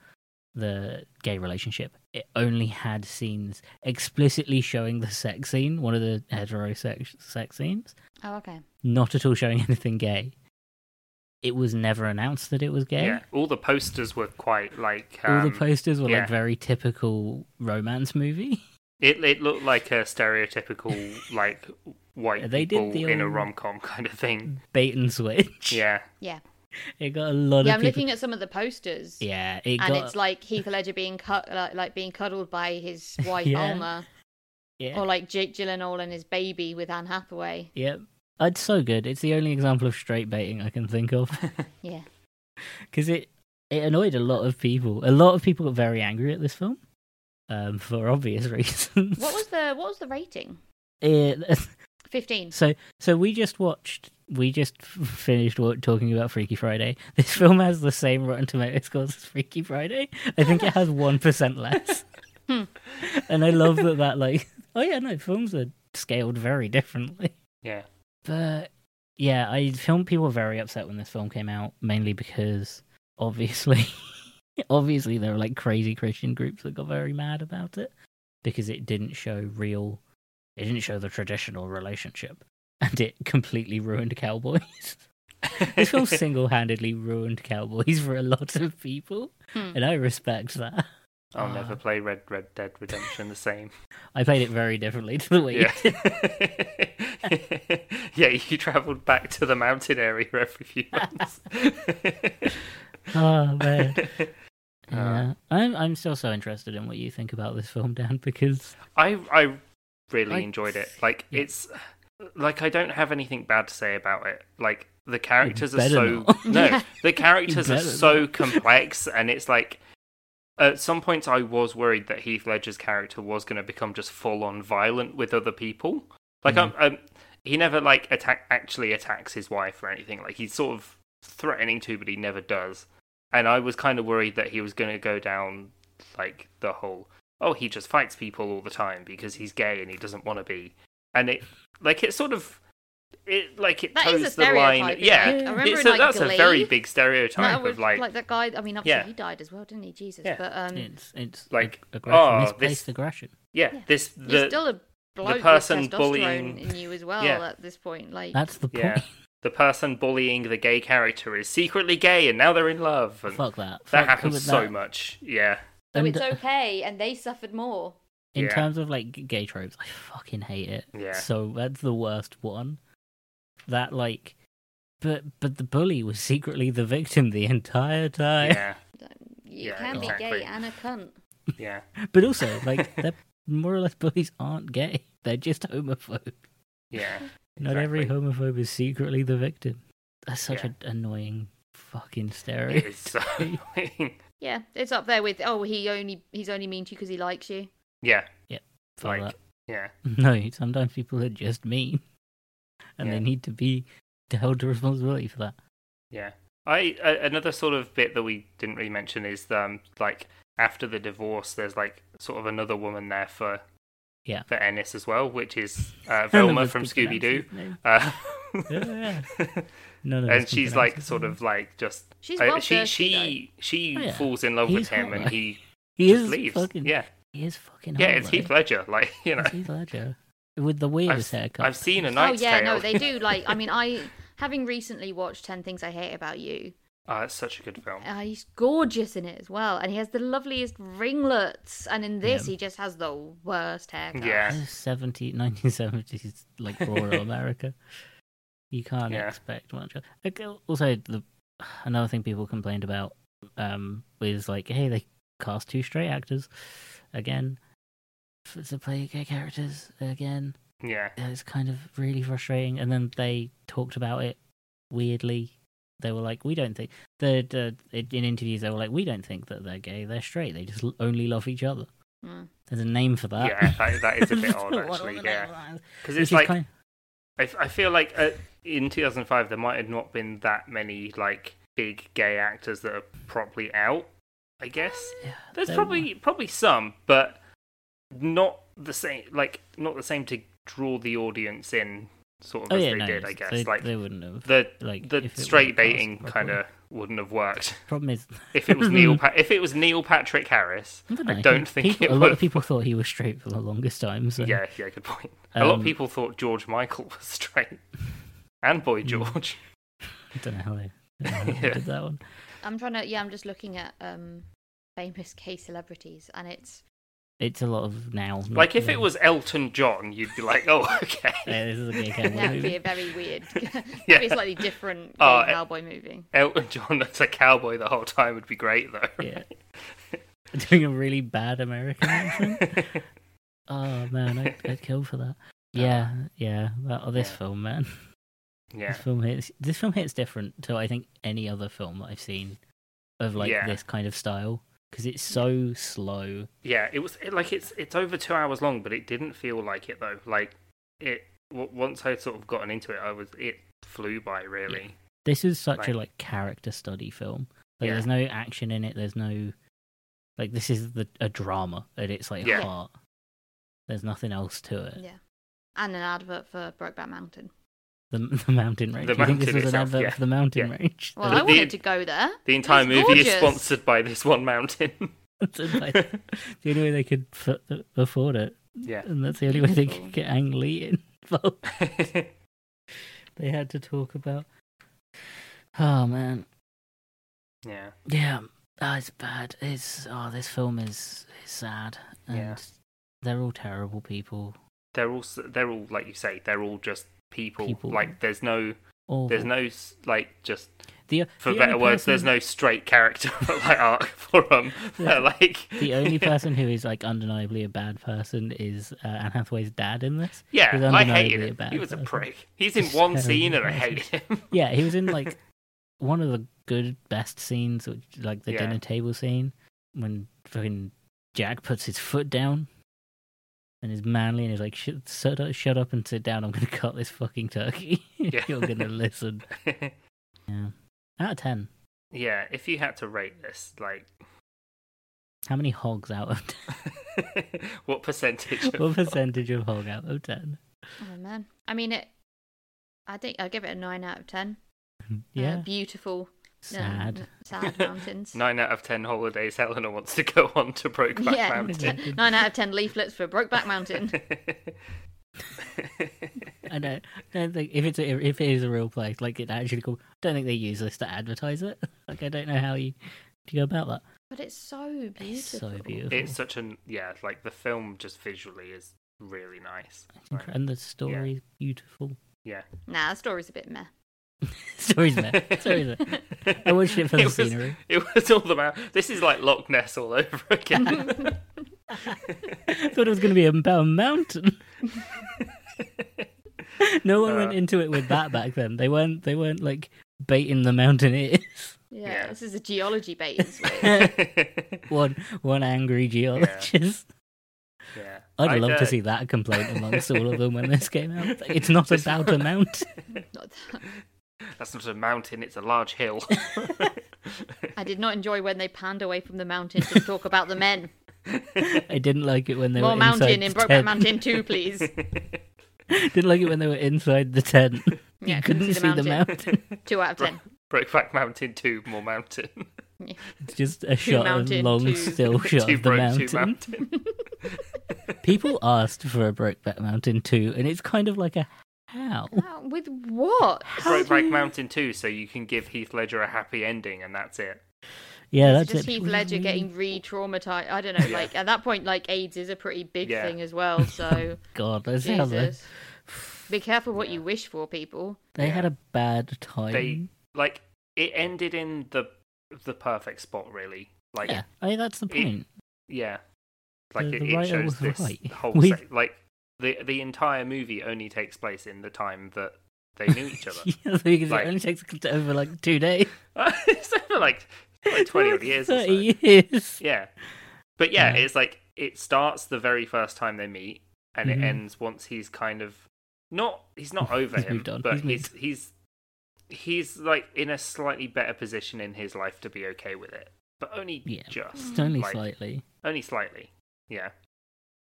the gay relationship. It only had scenes explicitly showing the sex scene, one of the heterosex sex scenes Oh, okay. not at all showing anything gay. It was never announced that it was gay. Yeah, all the posters were quite like um, all the posters were yeah. like very typical romance movie. It it looked like a stereotypical like white They people did the in a old- rom com kind of thing. Bait and switch. Yeah, Yeah. It got a lot Yeah, of I'm people. looking at some of the posters. Yeah, it and got it's like Heath Ledger being cut, like, like being cuddled by his wife Yeah. Alma, yeah. or like Jake Gyllenhaal and his baby with Anne Hathaway. Yep. Uh, It's so good. It's the only example of straight baiting I can think of Yeah, because it it annoyed a lot of people. A lot of people got very angry at this film, um, for obvious reasons. what was the what was the rating? it? Fifteen. So, so we just watched. We just f- finished wa- talking about Freaky Friday. This film has the same Rotten Tomato scores as Freaky Friday. I think it has one percent less. Hmm. and I love that. That like, oh yeah, no, films are scaled very differently. yeah. But yeah, I film people were very upset when this film came out, mainly because obviously, obviously there were like crazy Christian groups that got very mad about it because it didn't show real, it didn't show the traditional relationship, and it completely ruined cowboys. this film single-handedly ruined cowboys for a lot of people, Hmm. and I respect that. I'll Ah. never play Red Red Dead Redemption the same. I played it very differently to the way. you Yeah. yeah, you travelled back to the mountain area every few months. Oh man. Uh, Yeah, I'm I'm still so interested in what you think about this film, Dan, because I I really I- enjoyed it. Like yeah. it's like I don't have anything bad to say about it. Like the characters are better so not. no, Yeah. the characters are better so complex, and it's like at some points I was worried that Heath Ledger's character was going to become just full on violent with other people. Like Mhm. I'm, i he never like attack actually attacks his wife or anything. Like he's sort of threatening to, but he never does. And I was kind of worried that he was going to go down like the whole oh he just fights people all the time because he's gay and he doesn't want to be and it like it sort of it like it That toes is a the line stereotype. isn't yeah it? I remember it's in, a, like, that's Glee, a very big that stereotype was- of like, that guy. I mean, obviously Yeah. he died as well, didn't he? Jesus, Yeah. but um, it's it's Like, ag- aggression, oh, misplaced this- aggression. yeah, yeah. this you're the still a bloke person with testosterone bullying- in you as well Yeah. at this point. Like, That's the point. yeah. the person bullying the gay character is secretly gay and now they're in love and Fuck that. that Fuck happens with so that. much yeah so And, it's uh, okay, and they suffered more. In Yeah. terms of like gay tropes, I fucking hate it. Yeah. So that's the worst one. That like, but but the bully was secretly the victim the entire time. yeah You Yeah, can be exactly. gay and a cunt. yeah But also like, they're, more or less bullies aren't gay. They're just homophobe. yeah Not every Exactly. homophobe is secretly the victim. That's such Yeah. an annoying fucking it stereotype. is so Yeah, it's up there with oh he only he's only mean to you because he likes you. yeah Fuck like yeah that. No, sometimes people are just mean, and Yeah. they need to be held to responsibility for that. Yeah, I a- another sort of bit that we didn't really mention is um like after the divorce, there's like sort of another woman there for Yeah. for Ennis as well, which is uh, None of Velma us from can pronounce Scooby Doo, his name. uh, Yeah, None of us and can she's pronounce like his sort name. of like just She's uh, well she thirsty, she she Oh, yeah. falls in love He's with him, hot, and like- he he just is leaves. fucking Yeah, he is fucking yeah, hot, it's though. Heath Ledger, like you know. It's Heath Ledger with the weirdest I've, haircut. I've seen a though. Oh Knight's yeah, Tale. no, they do. Like, I mean, I having recently watched Ten Things I Hate About You, Oh, it's such a good film. uh, he's gorgeous in it as well, and he has the loveliest ringlets. And in this, Yeah. he just has the worst haircut. Yeah. This is 70, 1970s, like rural America. You can't Yeah. expect much. Like, Also, the another thing people complained about um, was like, hey, they cast two straight actors again, f- to play gay characters again. Yeah. Yeah, It's kind of really frustrating. And then they talked about it weirdly. They were like, we don't think the, the in in interviews they were like, we don't think that they're gay. They're straight. They just l- only love each other. Mm. There's a name for that. Yeah, that- that is a bit odd, What- what actually, the name yeah. of that is. Because Which it's is like kind- I, f- I feel like uh, in 2005 there might have not been that many like big gay actors that are properly out. I guess yeah, there's there probably probably some, but not the same. Like not the same to draw the audience in, sort of Oh as yeah, they no, did. I guess they, like they wouldn't have. the like, if the it was straight cast baiting properly. kind of wouldn't have worked Problem is, if it was Neil. Pa- if it was Neil Patrick Harris, I don't, I know, don't he- think people, it a would. lot of people thought he was straight for the longest time. So yeah, yeah, good point. a lot of Um, people thought George Michael was straight, and Hmm. Boy George. I don't know how they, I don't know how they Yeah. did that one. I'm trying to. Yeah, I'm just looking at um famous K celebrities, and it's It's a lot of now. not Like if it then. was Elton John, you'd be like, oh, okay. Yeah, this is a gay that cowboy would be movie. a very weird, Yeah. yeah. a slightly different Oh, gay eh. cowboy movie. Elton John as a cowboy the whole time would be great though. Yeah. Doing a really bad American accent. Oh man, I'd, I'd kill for that. Yeah, yeah. Well, oh, this Uh, Yeah. film, man. yeah. This film hits. This film hits different to I think any other film that I've seen of like Yeah. Mm. this kind of style because it's so slow. Yeah, it was it, like it's it's over 2 hours long, but it didn't feel like it though. Like it w- once I sort of gotten into it, I was it flew by really. This is such Right. a like character study film. Like Yeah. there's no action in it. There's no like this is the a drama at its like Yeah. heart. There's nothing else to it. Yeah, and an advert for Brokeback Mountain. The, the mountain range. The Do you think mountain this was itself, an advert yeah. for the mountain range? Well, The- I wanted the- to go there. The entire It's movie is gorgeous. sponsored by this one mountain. That's like, the only way they could f- afford it, yeah. and that's the only way they Beautiful. could get Ang Lee involved. They had to talk about. Oh man, yeah. yeah, oh, it's bad. It's oh, this film is is sad, and Yeah. they're all terrible people. They're all s- they're all like you say, they're all just people. People. Like there's no Awful. there's no s- like just the, for the better only words, there's person- no straight character like arc for them. Yeah. like The only person who is like undeniably a bad person is uh, Anne Hathaway's dad in this. yeah, who's I undeniably hated a him. bad He was a person. prick. He's in Just one terrible scene and I person. hated him. Yeah, he was in like one of the good best scenes, which like the Yeah. dinner table scene when fucking Jack puts his foot down and is manly and he's like, shut, shut up, shut up and sit down. I'm gonna cut this fucking turkey. Yeah. You're gonna listen. Yeah. Out of ten, yeah, if you had to rate this, like how many hogs out of 10? what percentage? Of what percentage of hog out of ten? Oh man, I mean it. I think I give it a nine out of ten. Uh, Yeah, beautiful, uh, sad. sad mountains. Nine out of ten holidays Helena wants to go on to Brokeback yeah, Mountain. Mountain. nine out of ten leaflets for Brokeback Mountain. I don't, don't think if it's a, if it is a real place, like it actually called. Don't think they use this to advertise it. Like I don't know how you do you go about that. But it's so beautiful. It's so beautiful. it's such an yeah, like the film just visually is really nice. It's incre- And the story's beautiful. Nah, the story's a bit meh. story's there. Story's there. I watched it for the was- scenery. It was all about. This is like Loch Ness all over again. I thought it was going to be about a mountain. no one went Uh. into it with that back then. They weren't. They weren't like baiting the mountaineers. Yeah, Yeah. this is a geology bait and switch. yeah, one one angry geologist. I'd, love uh, to see that complaint amongst all of them when this came out. Like, It's not This- about a mountain. Not that- That's not a mountain; it's a large hill. I did not enjoy when they panned away from the mountain to talk about the men. I didn't like it when they More were inside mountain in the Brokeback tent. Mountain too, please. Didn't like it when they were inside the tent. Yeah, you couldn't see the mountain. Two out of ten. Brokeback Mountain two, more mountain. It's just a shot mountain, of long two- still shot two of Oh, the broke, mountain. two mountain. People asked for a Brokeback Mountain too, and it's kind of like a how? Wow, with what? How do Brokeback you- Mountain two, so you can give Heath Ledger a happy ending, and that's it. Yeah, It's that's just it. Heath People Ledger really- getting re-traumatized. I don't know. Yeah. Like at that point, like AIDS is a pretty big Yeah. thing as well. So God, that's how they, Jesus, be careful what Yeah. you wish for, people. they Yeah. had a bad time. They like it ended in the the perfect spot, really. Like yeah, I mean, that's the it- point. yeah. Like The- it, the it writer shows was this right. whole We- se- like the the entire movie only takes place in the time that they knew each other. yeah, so because Like- it only takes over like two days. it's over like, like twenty odd years. Or so. Thirty years. Yeah. But yeah, Yeah. it's like it starts the very first time they meet and Mhm. it ends once he's kind of not he's not over He's him, moved on. but He's he's, he's he's like in a slightly better position in his life to be okay with it. But only Yeah. just It's only like, slightly. only slightly. Yeah.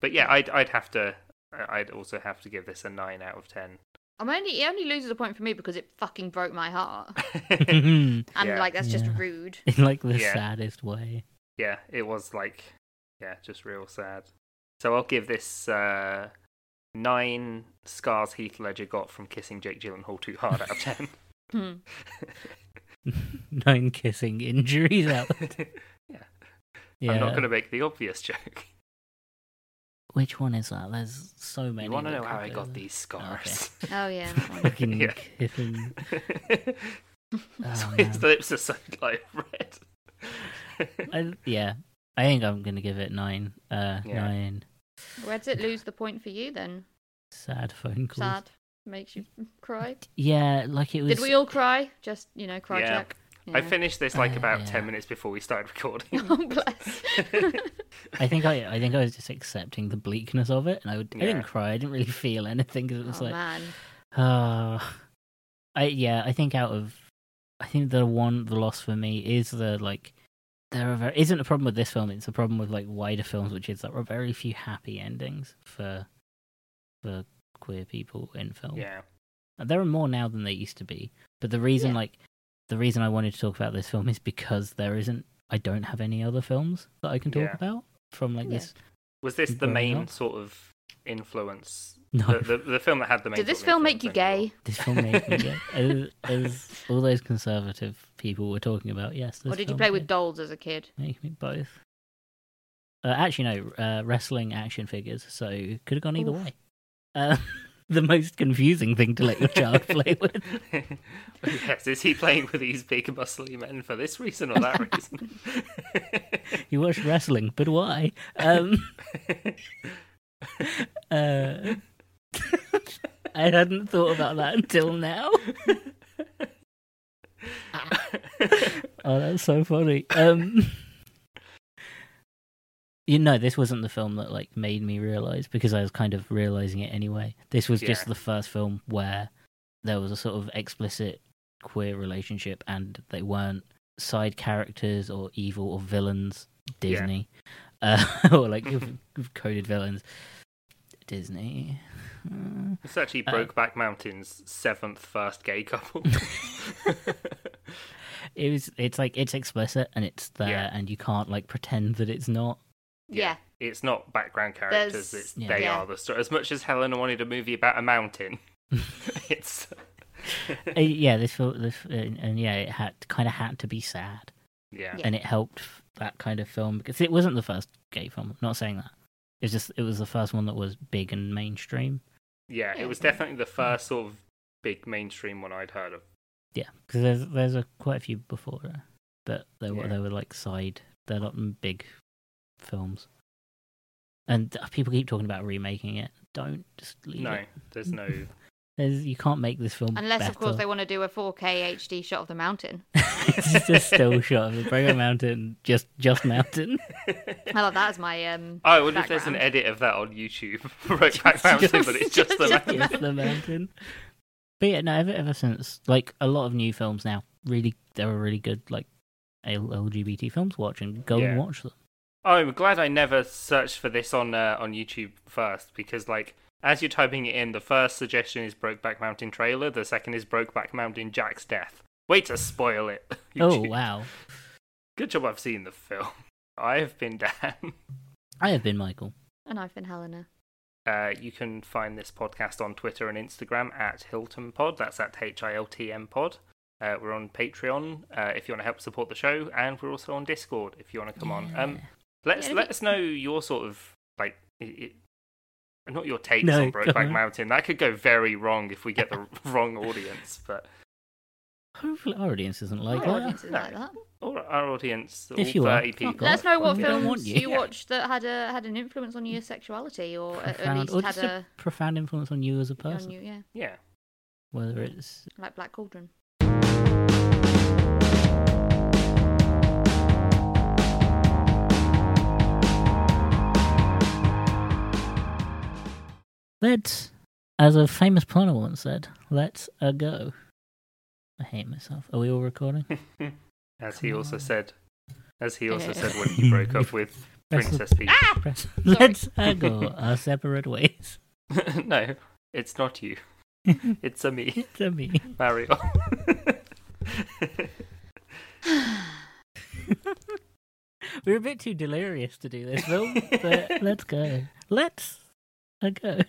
But yeah, I'd I'd have to uh, I'd also have to give this a 9 out of 10. I'm only it only loses a point for me because it fucking broke my heart, in and Yeah. like that's just Yeah. rude. like the Yeah. saddest way. yeah, it was like, yeah, just real sad. So I'll give this uh, nine scars Heath Ledger got from kissing Jake Gyllenhaal too hard out of ten. Hmm. Nine kissing injuries out. Yeah. I'm not going to make the obvious joke. Which one is that? There's so many. you want to that know how I cover got that. these scars? Oh yeah, that one. Fucking Yeah. kissing. That's Oh, why man. his lips are so like red. I, yeah, I think I'm gonna give it nine. Uh, Yeah. nine. Where does it lose the point for you then? Sad phone calls. Sad makes you cry. Yeah, like it was. Did we all cry? Just you know, cry Yeah. check. I Yeah. finished this like Uh, about yeah. ten minutes before we started recording. Oh bless. I think I, I think I was just accepting the bleakness of it, and I, would, I Yeah. didn't cry. I didn't really feel anything because it was oh like, man, ah, I yeah. I think out of, I think the one the loss for me is the like, there are very, isn't a problem with this film. It's a problem with like wider films, which is there are very few happy endings for, for queer people in film. yeah, And There are more now than they used to be. But the reason, Yeah. like, the reason I wanted to talk about this film is because there isn't. I don't have any other films that I can talk Yeah. about from like Yeah. this. was this the Growing main up. sort of influence? No, The, the, the film that had the main. did this sort of film make you influence on gay? this film made me gay. As, as all those conservative people were talking about, yes. This Or did film you play with dolls as a kid? make me both? Uh, actually, no. Uh, wrestling action figures, so could have gone either Oof. way. Uh, the most confusing thing to let your child play with. yes, is he playing with these big muscly men for this reason or that reason? You watch wrestling, but why? Um, Uh, I hadn't thought about that until now. Oh, that's so funny. Um, you know, this wasn't the film that like made me realize because I was kind of realizing it anyway. This was just Yeah. the first film where there was a sort of explicit queer relationship, and they weren't side characters or evil or villains. Disney, uh, or like coded villains. Disney. Uh, it's actually Uh, Brokeback Mountain's seventh first gay couple. it was. It's like it's explicit and it's there, Yeah. and you can't like pretend that it's not. Yeah. Yeah. it's not background characters; There's- it's, Yeah. they Yeah. are the story. As much as Helena wanted a movie about a mountain, it's Uh, yeah, this felt this, and, and yeah, it had kind of had to be sad, yeah, and it helped f- that kind of film because it wasn't the first gay film. I'm not saying that. It's just it was the first one that was big and mainstream. yeah. Yeah. It was definitely the first sort of big mainstream one I'd heard of. Yeah, because there's there's a, quite a few before, uh, but they were Yeah. they were like side. They're not m- big films, and uh, people keep talking about remaking it. Don't just leave No, it. there's no. There's, you can't make this film Unless of course they better. want to do a 4K HD shot of the mountain. it's just a still shot of the Brogo Mountain, just just mountain. I love that as my um. I wonder Oh, if there's an background. edit of that on YouTube. Brokeback Mountain, but it's just the just mountain. the Just the mountain. But yeah, no, ever ever since like a lot of new films now, really there are really good like L- LGBT films watching. Go Yeah. and watch them. I'm glad I never searched for this on uh, on YouTube first because like as you're typing it in, the first suggestion is Brokeback Mountain trailer, the second is Brokeback Mountain Jack's death. Way to spoil it. Oh YouTube. wow. Good job I've seen the film. I have been Dan. I have been Michael. And I've been Helena. Uh, you can find this podcast on Twitter and Instagram at Hilton Pod. That's at H I L T M Pod. Uh, we're on Patreon uh, if you want to help support the show, and we're also on Discord if you want to come on. Um, Let's Yeah, it'd let be- us know your sort of like it, it, not your takes No, on go Brokeback on. Mountain. That could go very wrong if we get the wrong audience. But Hopefully, our audience isn't like Our that. audience is No. like that. Or our audience, all If you are, 30 fuck people. off. Let us know what We don't want films you. you watched that had a had an influence on your sexuality, or at, at Profound, least or had just a, a profound influence on you as a person. on you, yeah, Yeah. Whether it's like Black Cauldron. let's, as a famous planner once said, let's a go. I hate myself. Are we all recording? as he Come also on. said, as he also Yeah. said when he broke up with Press the- Princess Peach. press- Let's a go our separate ways. no, it's not you. It's a me, to me. Mario. We're a bit too delirious to do this film, but let's go. Let's a go.